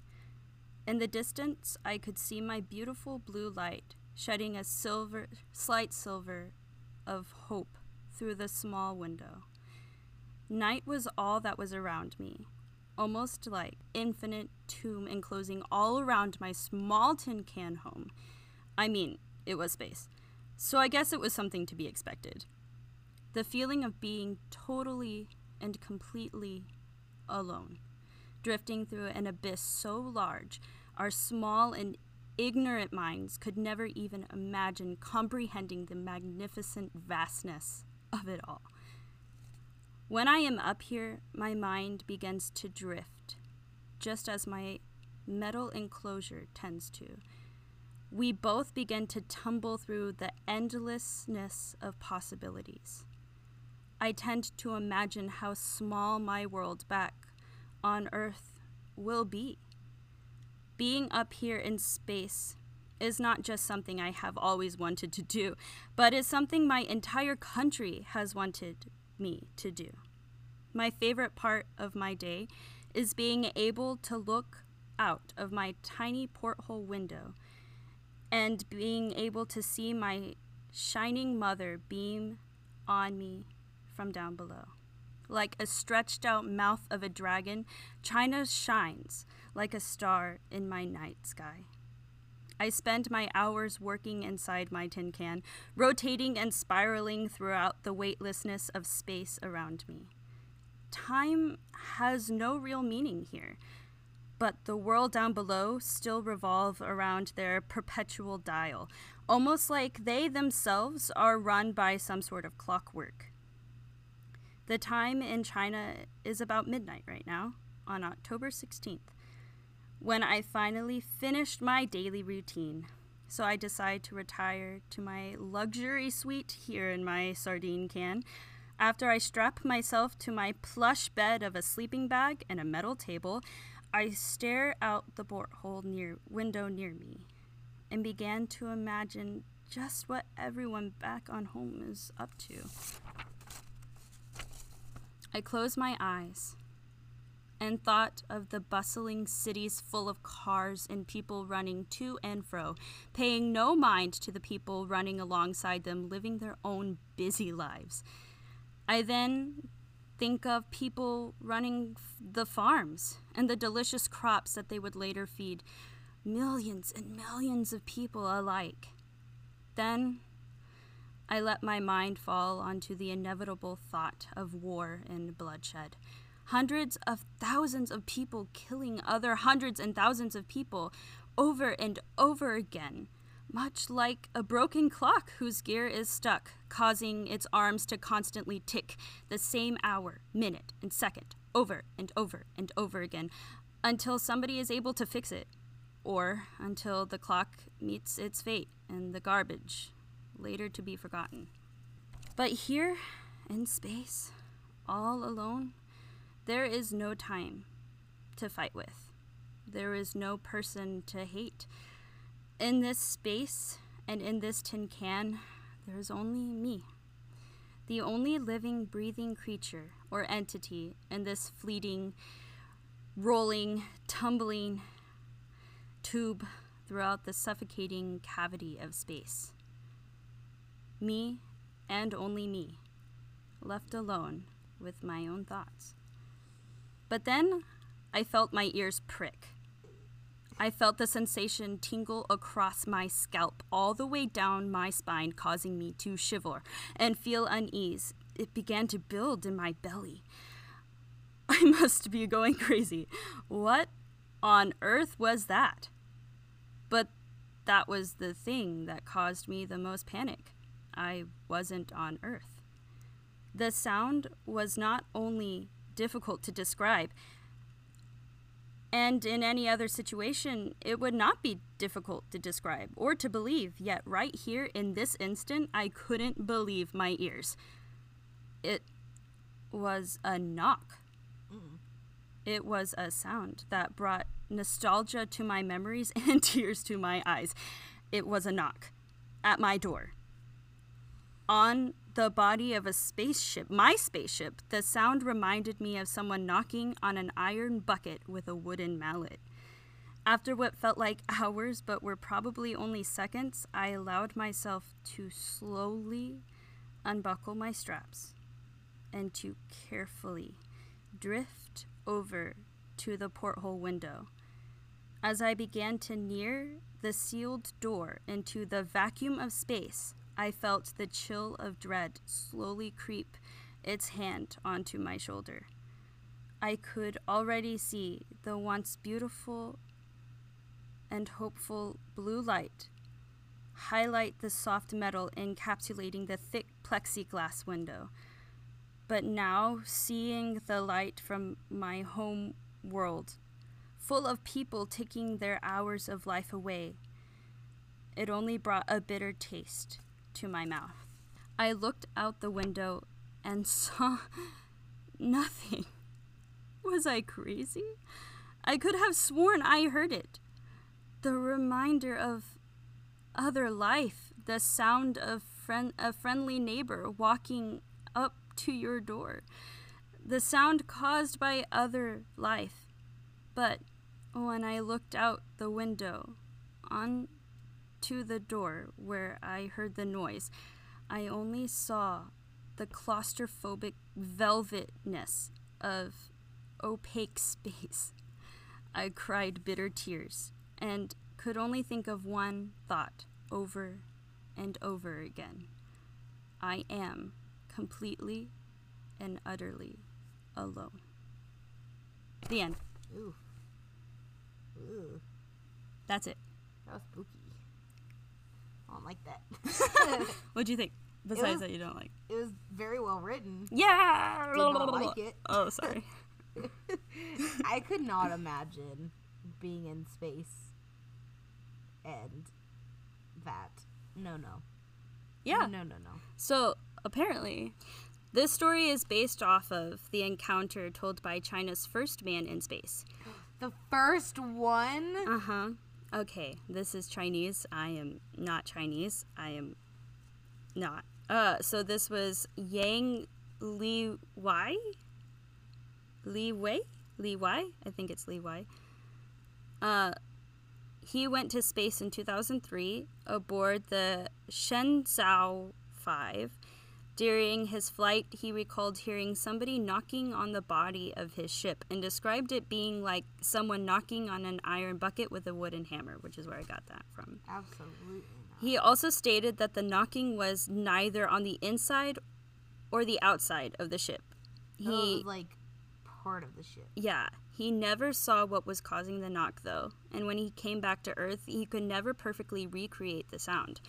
B: In the distance, I could see my beautiful blue light shedding a silver, slight silver of hope through the small window. Night was all that was around me, almost like infinite tomb enclosing all around my small tin can home. I mean, it was space. So I guess it was something to be expected the feeling of being totally and completely alone, drifting through an abyss so large our small and ignorant minds could never even imagine comprehending the magnificent vastness of it all. When I am up here, my mind begins to drift, just as my metal enclosure tends to we both begin to tumble through the endlessness of possibilities. I tend to imagine how small my world back on Earth will be. Being up here in space is not just something I have always wanted to do, but is something my entire country has wanted me to do. My favorite part of my day is being able to look out of my tiny porthole window and being able to see my shining mother beam on me from down below. Like a stretched out mouth of a dragon, China shines like a star in my night sky. I spend my hours working inside my tin can, rotating and spiraling throughout the weightlessness of space around me. Time has no real meaning here but the world down below still revolve around their perpetual dial, almost like they themselves are run by some sort of clockwork. The time in China is about midnight right now, on October 16th, when I finally finished my daily routine. So I decide to retire to my luxury suite here in my sardine can after I strap myself to my plush bed of a sleeping bag and a metal table, I stare out the porthole near window near me and began to imagine just what everyone back on home is up to. I close my eyes and thought of the bustling cities full of cars and people running to and fro, paying no mind to the people running alongside them, living their own busy lives. I then think of people running f- the farms and the delicious crops that they would later feed millions and millions of people alike. Then I let my mind fall onto the inevitable thought of war and bloodshed. Hundreds of thousands of people killing other hundreds and thousands of people over and over again, much like a broken clock whose gear is stuck, causing its arms to constantly tick the same hour, minute, and second over and over and over again until somebody is able to fix it or until the clock meets its fate in the garbage, later to be forgotten. But here, in space, all alone, there is no time to fight with. There is no person to hate. In this space and in this tin can, there is only me. The only living, breathing creature or entity in this fleeting, rolling, tumbling tube throughout the suffocating cavity of space. Me and only me, left alone with my own thoughts. But then I felt my ears prick. I felt the sensation tingle across my scalp all the way down my spine, causing me to shiver and feel unease. It began to build in my belly. I must be going crazy. What on earth was that? But that was the thing that caused me the most panic. I wasn't on earth. The sound was not only difficult to describe, and in any other situation, it would not be difficult to describe or to believe, yet, right here in this instant, I couldn't believe my ears. It was a knock. It was a sound that brought nostalgia to my memories and tears to my eyes. It was a knock at my door. On the body of a spaceship, my spaceship, the sound reminded me of someone knocking on an iron bucket with a wooden mallet. After what felt like hours but were probably only seconds, I allowed myself to slowly unbuckle my straps and to carefully drift over to the porthole window. As I began to near the sealed door into the vacuum of space, I felt the chill of dread slowly creep its hand onto my shoulder. I could already see the once beautiful and hopeful blue light highlight the soft metal encapsulating the thick plexiglass window. But now, seeing the light from my home world, full of people taking their hours of life away, it only brought a bitter taste to my mouth. I looked out the window and saw nothing. Was I crazy? I could have sworn I heard it. The reminder of other life, the sound of friend, a friendly neighbor walking up to your door, the sound caused by other life. But when I looked out the window on to the door where I heard the noise, I only saw the claustrophobic velvetness of opaque space. I cried bitter tears and could only think of one thought over and over again I am completely and utterly alone. The end.
C: Ooh. Ooh.
B: That's it.
C: That was spooky. I don't like that.
B: What do you think? Besides that, you don't like.
C: it was very well written.
B: Yeah.
C: Did not like it.
B: Oh, sorry.
C: I could not imagine being in space and that. No, no.
B: Yeah.
C: No, no, no.
B: So apparently, this story is based off of the encounter told by China's first man in space.
C: The first one?
B: Uh huh. Okay, this is Chinese. I am not Chinese. I am not. Uh, so this was Yang Li Wei. Li Wei? Li Wei? I think it's Li Wei. Uh, he went to space in 2003 aboard the Shenzhou 5. During his flight, he recalled hearing somebody knocking on the body of his ship and described it being like someone knocking on an iron bucket with a wooden hammer, which is where I got that from.
C: Absolutely not.
B: He also stated that the knocking was neither on the inside or the outside of the ship.
C: That was
A: Oh.
B: He
C: like part of the ship.
B: yeah, he never saw what was causing the knock though, and when he came back to Earth, he could never perfectly recreate the sound.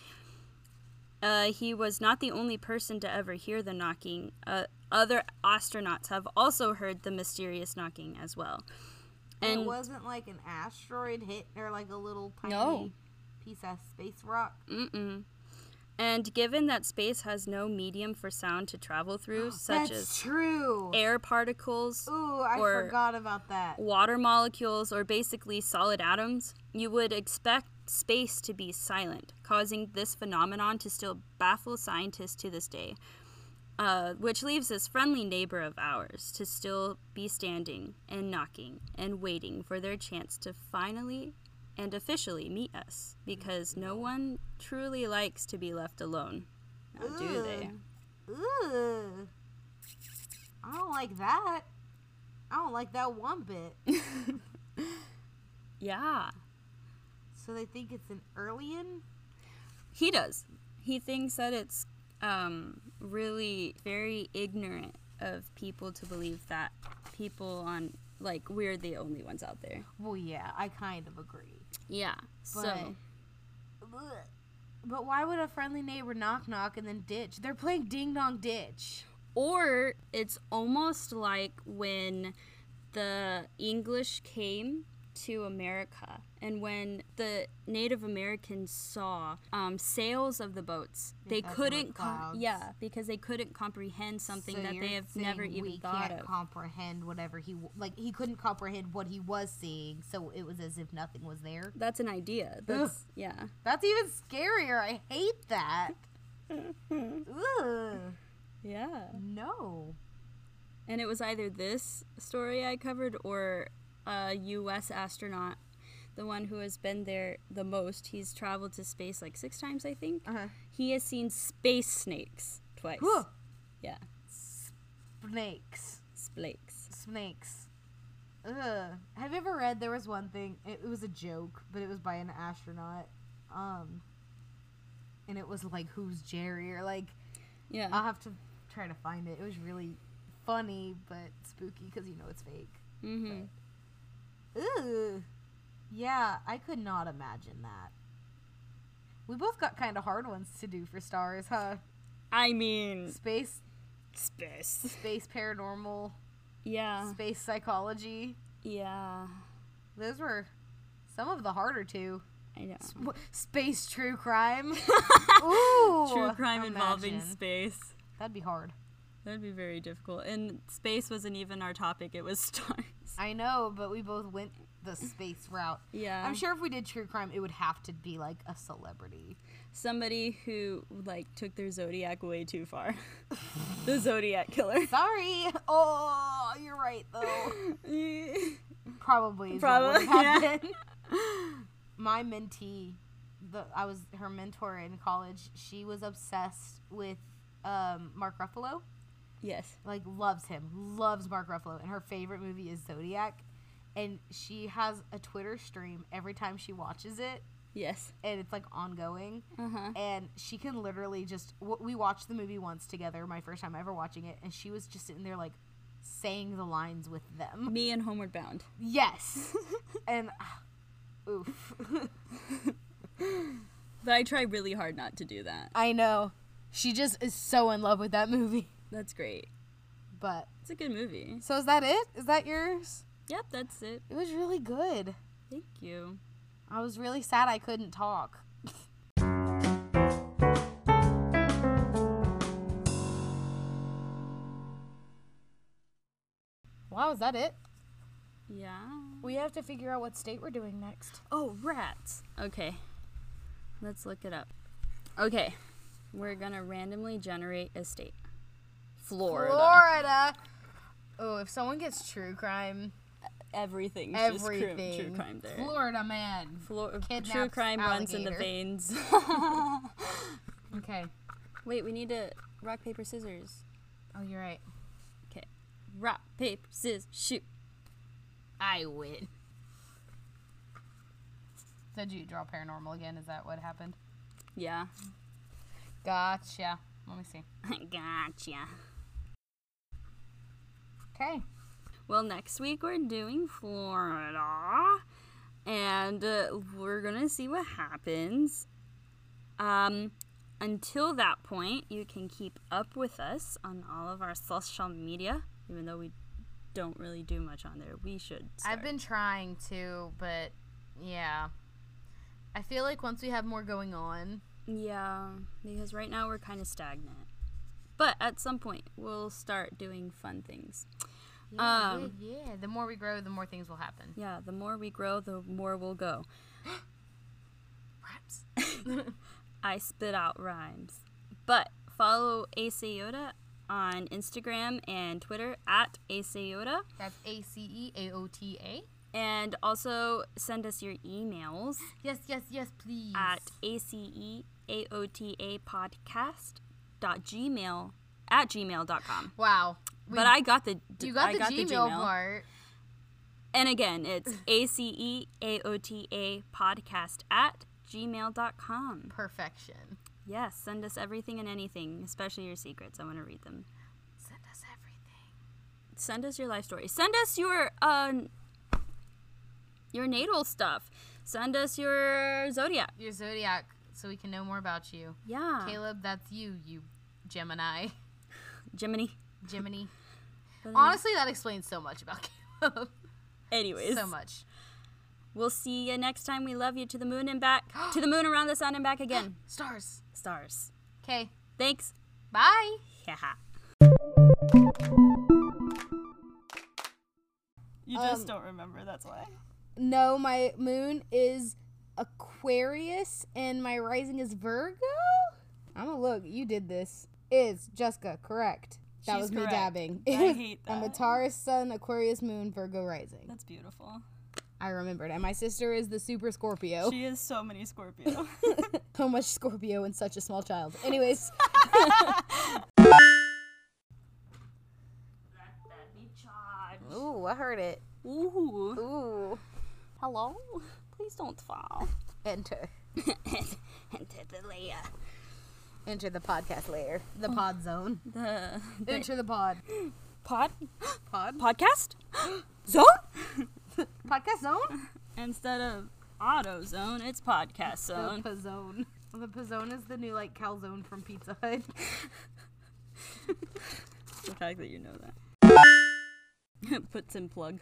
B: Uh, he was not the only person to ever hear the knocking. Uh, other astronauts have also heard the mysterious knocking as well.
A: And it
B: And
A: wasn't like an asteroid hitting or like a little tiny
B: No.
A: piece of space rock.
B: mm-mm. And given that space has no medium for sound to travel through,
A: That's
B: such as
A: true.
B: air particles,
A: Ooh, I
B: or-
A: forgot about that.
B: water molecules, or basically solid atoms, you would expect space to be silent, causing this phenomenon to still baffle scientists to this day. Uh, which leaves this friendly neighbor of ours to still be standing and knocking and waiting for their chance to finally and officially meet us because no one truly likes to be left alone. Now, do they?
A: Ooh. I don't like that. I don't like that one bit.
B: Yeah.
A: so they think it's an Erlian?
B: He does. He thinks that it's um, really very ignorant of people to believe that people on like we're the only ones out there.
A: Well, yeah, I kind of agree.
B: Yeah.
A: But-
B: so
A: Ugh. But why would a friendly neighbor knock knock and then ditch? They're playing ding dong ditch.
B: or it's almost like when the English came to America and when the Native Americans saw um, sails of the boats,
A: thought
B: they
A: they were
B: couldn't com-
A: clouds.
B: yeah because they couldn't comprehend something
A: So
B: that
A: you're
B: they have
A: saying
B: never
A: we
B: even thought
A: can't
B: of.
A: comprehend whatever he w- like. He couldn't comprehend what he was seeing, so it was as if nothing was there.
B: That's an idea. That's yeah.
A: That's even scarier. I hate that. Ugh.
B: Yeah.
A: No.
B: And it was either this story I covered or a US astronaut, the one who has been there the most. He's traveled to space like 6 times, I think.
A: Uh-huh.
B: He has seen space snakes twice.
A: Whew.
B: Yeah.
A: Snakes.
B: Splakes.
A: snakes. Ugh. Have you ever read there was one thing? It, it was a joke, but it was by an astronaut. Um, and it was like, "Who's Jerry?" Or like,
B: Yeah.
A: I'll have to try to find it. It was really funny, but spooky because you know it's fake.
B: mhm.
A: Ugh. Yeah, I could not imagine that. We both got kind of hard ones to do for stars, huh?
B: I mean
A: Space,
B: space.
A: space paranormal,
B: Yeah.
A: space psychology.
B: Yeah.
A: Those were some of the harder two.
B: I know.
A: Sp- space true crime. Ooh,
B: True crime involving
A: Oh, imagine.
B: space.
A: That'd be hard.
B: That'd be very difficult. And space wasn't even our topic, it was stars.
A: I know, but we both went the space route.
B: Yeah.
A: I'm sure if we did true crime, it would have to be like a celebrity.
B: somebody who like took their zodiac way too far. the zodiac killer.
A: Sorry. Oh, you're right though. Probably. Is
B: Probably,
A: Probably. What would
B: yeah.
A: happen. My mentee, the I was her mentor in college. She was obsessed with um, Mark Ruffalo.
B: yes.
A: like loves him, loves Mark Ruffalo, and her favorite movie is Zodiac. And she has a Twitter stream every time she watches it,
B: Yes.
A: and it's like ongoing.
B: Uh-huh.
A: And she can literally just w- we watched the movie once together, my first time ever watching it, and she was just sitting there like saying the lines with them.
B: Me and Homeward Bound.
A: Yes, and ah, oof,
B: But I try really hard not to do that.
A: I know. She just is so in love with that movie.
B: That's great.
A: But
B: It's a good movie.
A: so is that it? Is that yours?
B: Yep, that's it.
A: It was really good.
B: Thank you.
A: I was really sad I couldn't talk. wow, is that it?
B: Yeah.
A: We have to figure out what state we're doing next.
B: Oh, rats. Okay. Let's look it up. Okay. We're going to randomly generate a state. Florida.
A: Florida. Oh, if someone gets true crime,
B: Everything's just
A: everything.
B: true, true crime there.
A: Florida man.
B: Flor- true
A: Kidnaps
B: crime runs in the
A: alligator.
B: veins.
A: Okay.
B: Wait, we need to rock paper scissors.
A: Oh, you're right.
B: Okay, rock paper scissors shoot.
A: I win. Did you draw paranormal again? Is that what happened?
B: Yeah,
A: Gotcha. Let me see.
B: gotcha.
A: Okay.
B: Well, next week we're doing Florida, and uh, we're gonna see what happens. Um, until that point, you can keep up with us on all of our social media, even though we don't really do much on there. We should. Start.
C: I've been trying to, but yeah. I feel like once we have more going on,
B: Yeah, because right now we're kind of stagnant. But at some point, we'll start doing fun things.
C: yeah,
B: Um,
C: yeah, yeah, the more we grow, the more things will happen.
B: Yeah, the more we grow, the more we'll go.
C: Perhaps.
B: I spit out rhymes. But follow Ace Yoda on Instagram and Twitter at Ace Yoda.
C: That's A C E A O T A.
B: And also send us your emails
C: Yes, yes, yes, please.
B: at E aceaota podcast dot gmail at gmail.com.
C: wow. We-
B: But I got the d-
C: you got,
B: I
C: the, Gmail part.
B: And again, it's E A-C-E-A-O-T-A podcast at gmail.com.
C: Perfection.
B: Yes, send us everything and anything, especially your secrets. I want to read them.
C: Send us everything.
B: Send us your life story. Send us your uh, your natal stuff. Send us your zodiac.
C: Your zodiac, so we can know more about you.
B: Yeah.
C: Caleb, that's you, you Gemini.
B: Gemini.
C: Gemini.
B: But then-
C: Honestly, that explains so much about Caleb.
B: Anyways,
C: so much.
B: we'll see you next time. We love you to the moon and back. to the moon, around the sun, and back again.
C: Stars.
B: Stars.
C: Okay.
B: Thanks.
C: Bye.
B: Yeah.
A: You
B: Um,
A: just don't
B: remember, that's why.
A: No, my moon is Aquarius and my rising is Virgo. I'm gonna look. You did this. Is Jessica correct? That
B: She's
A: was
B: correct.
A: me dabbing.
B: I hate
A: I'm a
B: that.
A: Taurus sun, Aquarius moon, Virgo rising.
B: That's beautiful.
A: I remembered. And my sister is the super Scorpio.
B: She is so many Scorpio.
A: so much Scorpio in such a small child. Anyways. Ooh, I heard it.
B: Ooh.
A: Ooh.
B: Hello? Please don't fall.
A: Enter.
B: Into the layer.
A: Enter the podcast layer. The pod zone.
B: The, the
D: Enter the pod.
B: pod?
D: Pod?
B: Podcast? zone?
D: Podcast zone?
B: Instead of auto zone, it's podcast zone.
D: The Pizzone. The Pizzone is the new, like, calzone from Pizza Hut.
B: The fact that you know that. Puts in plug.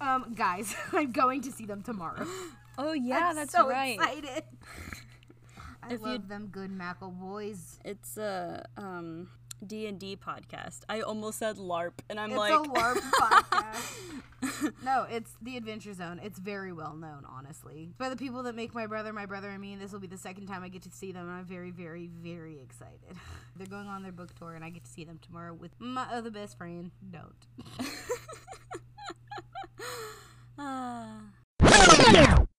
D: Um, guys, I'm going to see them tomorrow.
B: Oh, yeah,
D: I'm
B: that's
D: so
B: right.
D: excited. I
B: If you-
D: love them good Mackle boys.
B: It's a um, D&D podcast. I almost said LARP, and I'm
D: it's
B: like...
D: a LARP podcast. no, it's the Adventure Zone. It's very well known, honestly. By the people that make my brother, my brother, and me, and this will be the second time I get to see them, and I'm very, very, very excited. They're going on their book tour, and I get to see them tomorrow with my other best friend. Don't.
B: "Ah."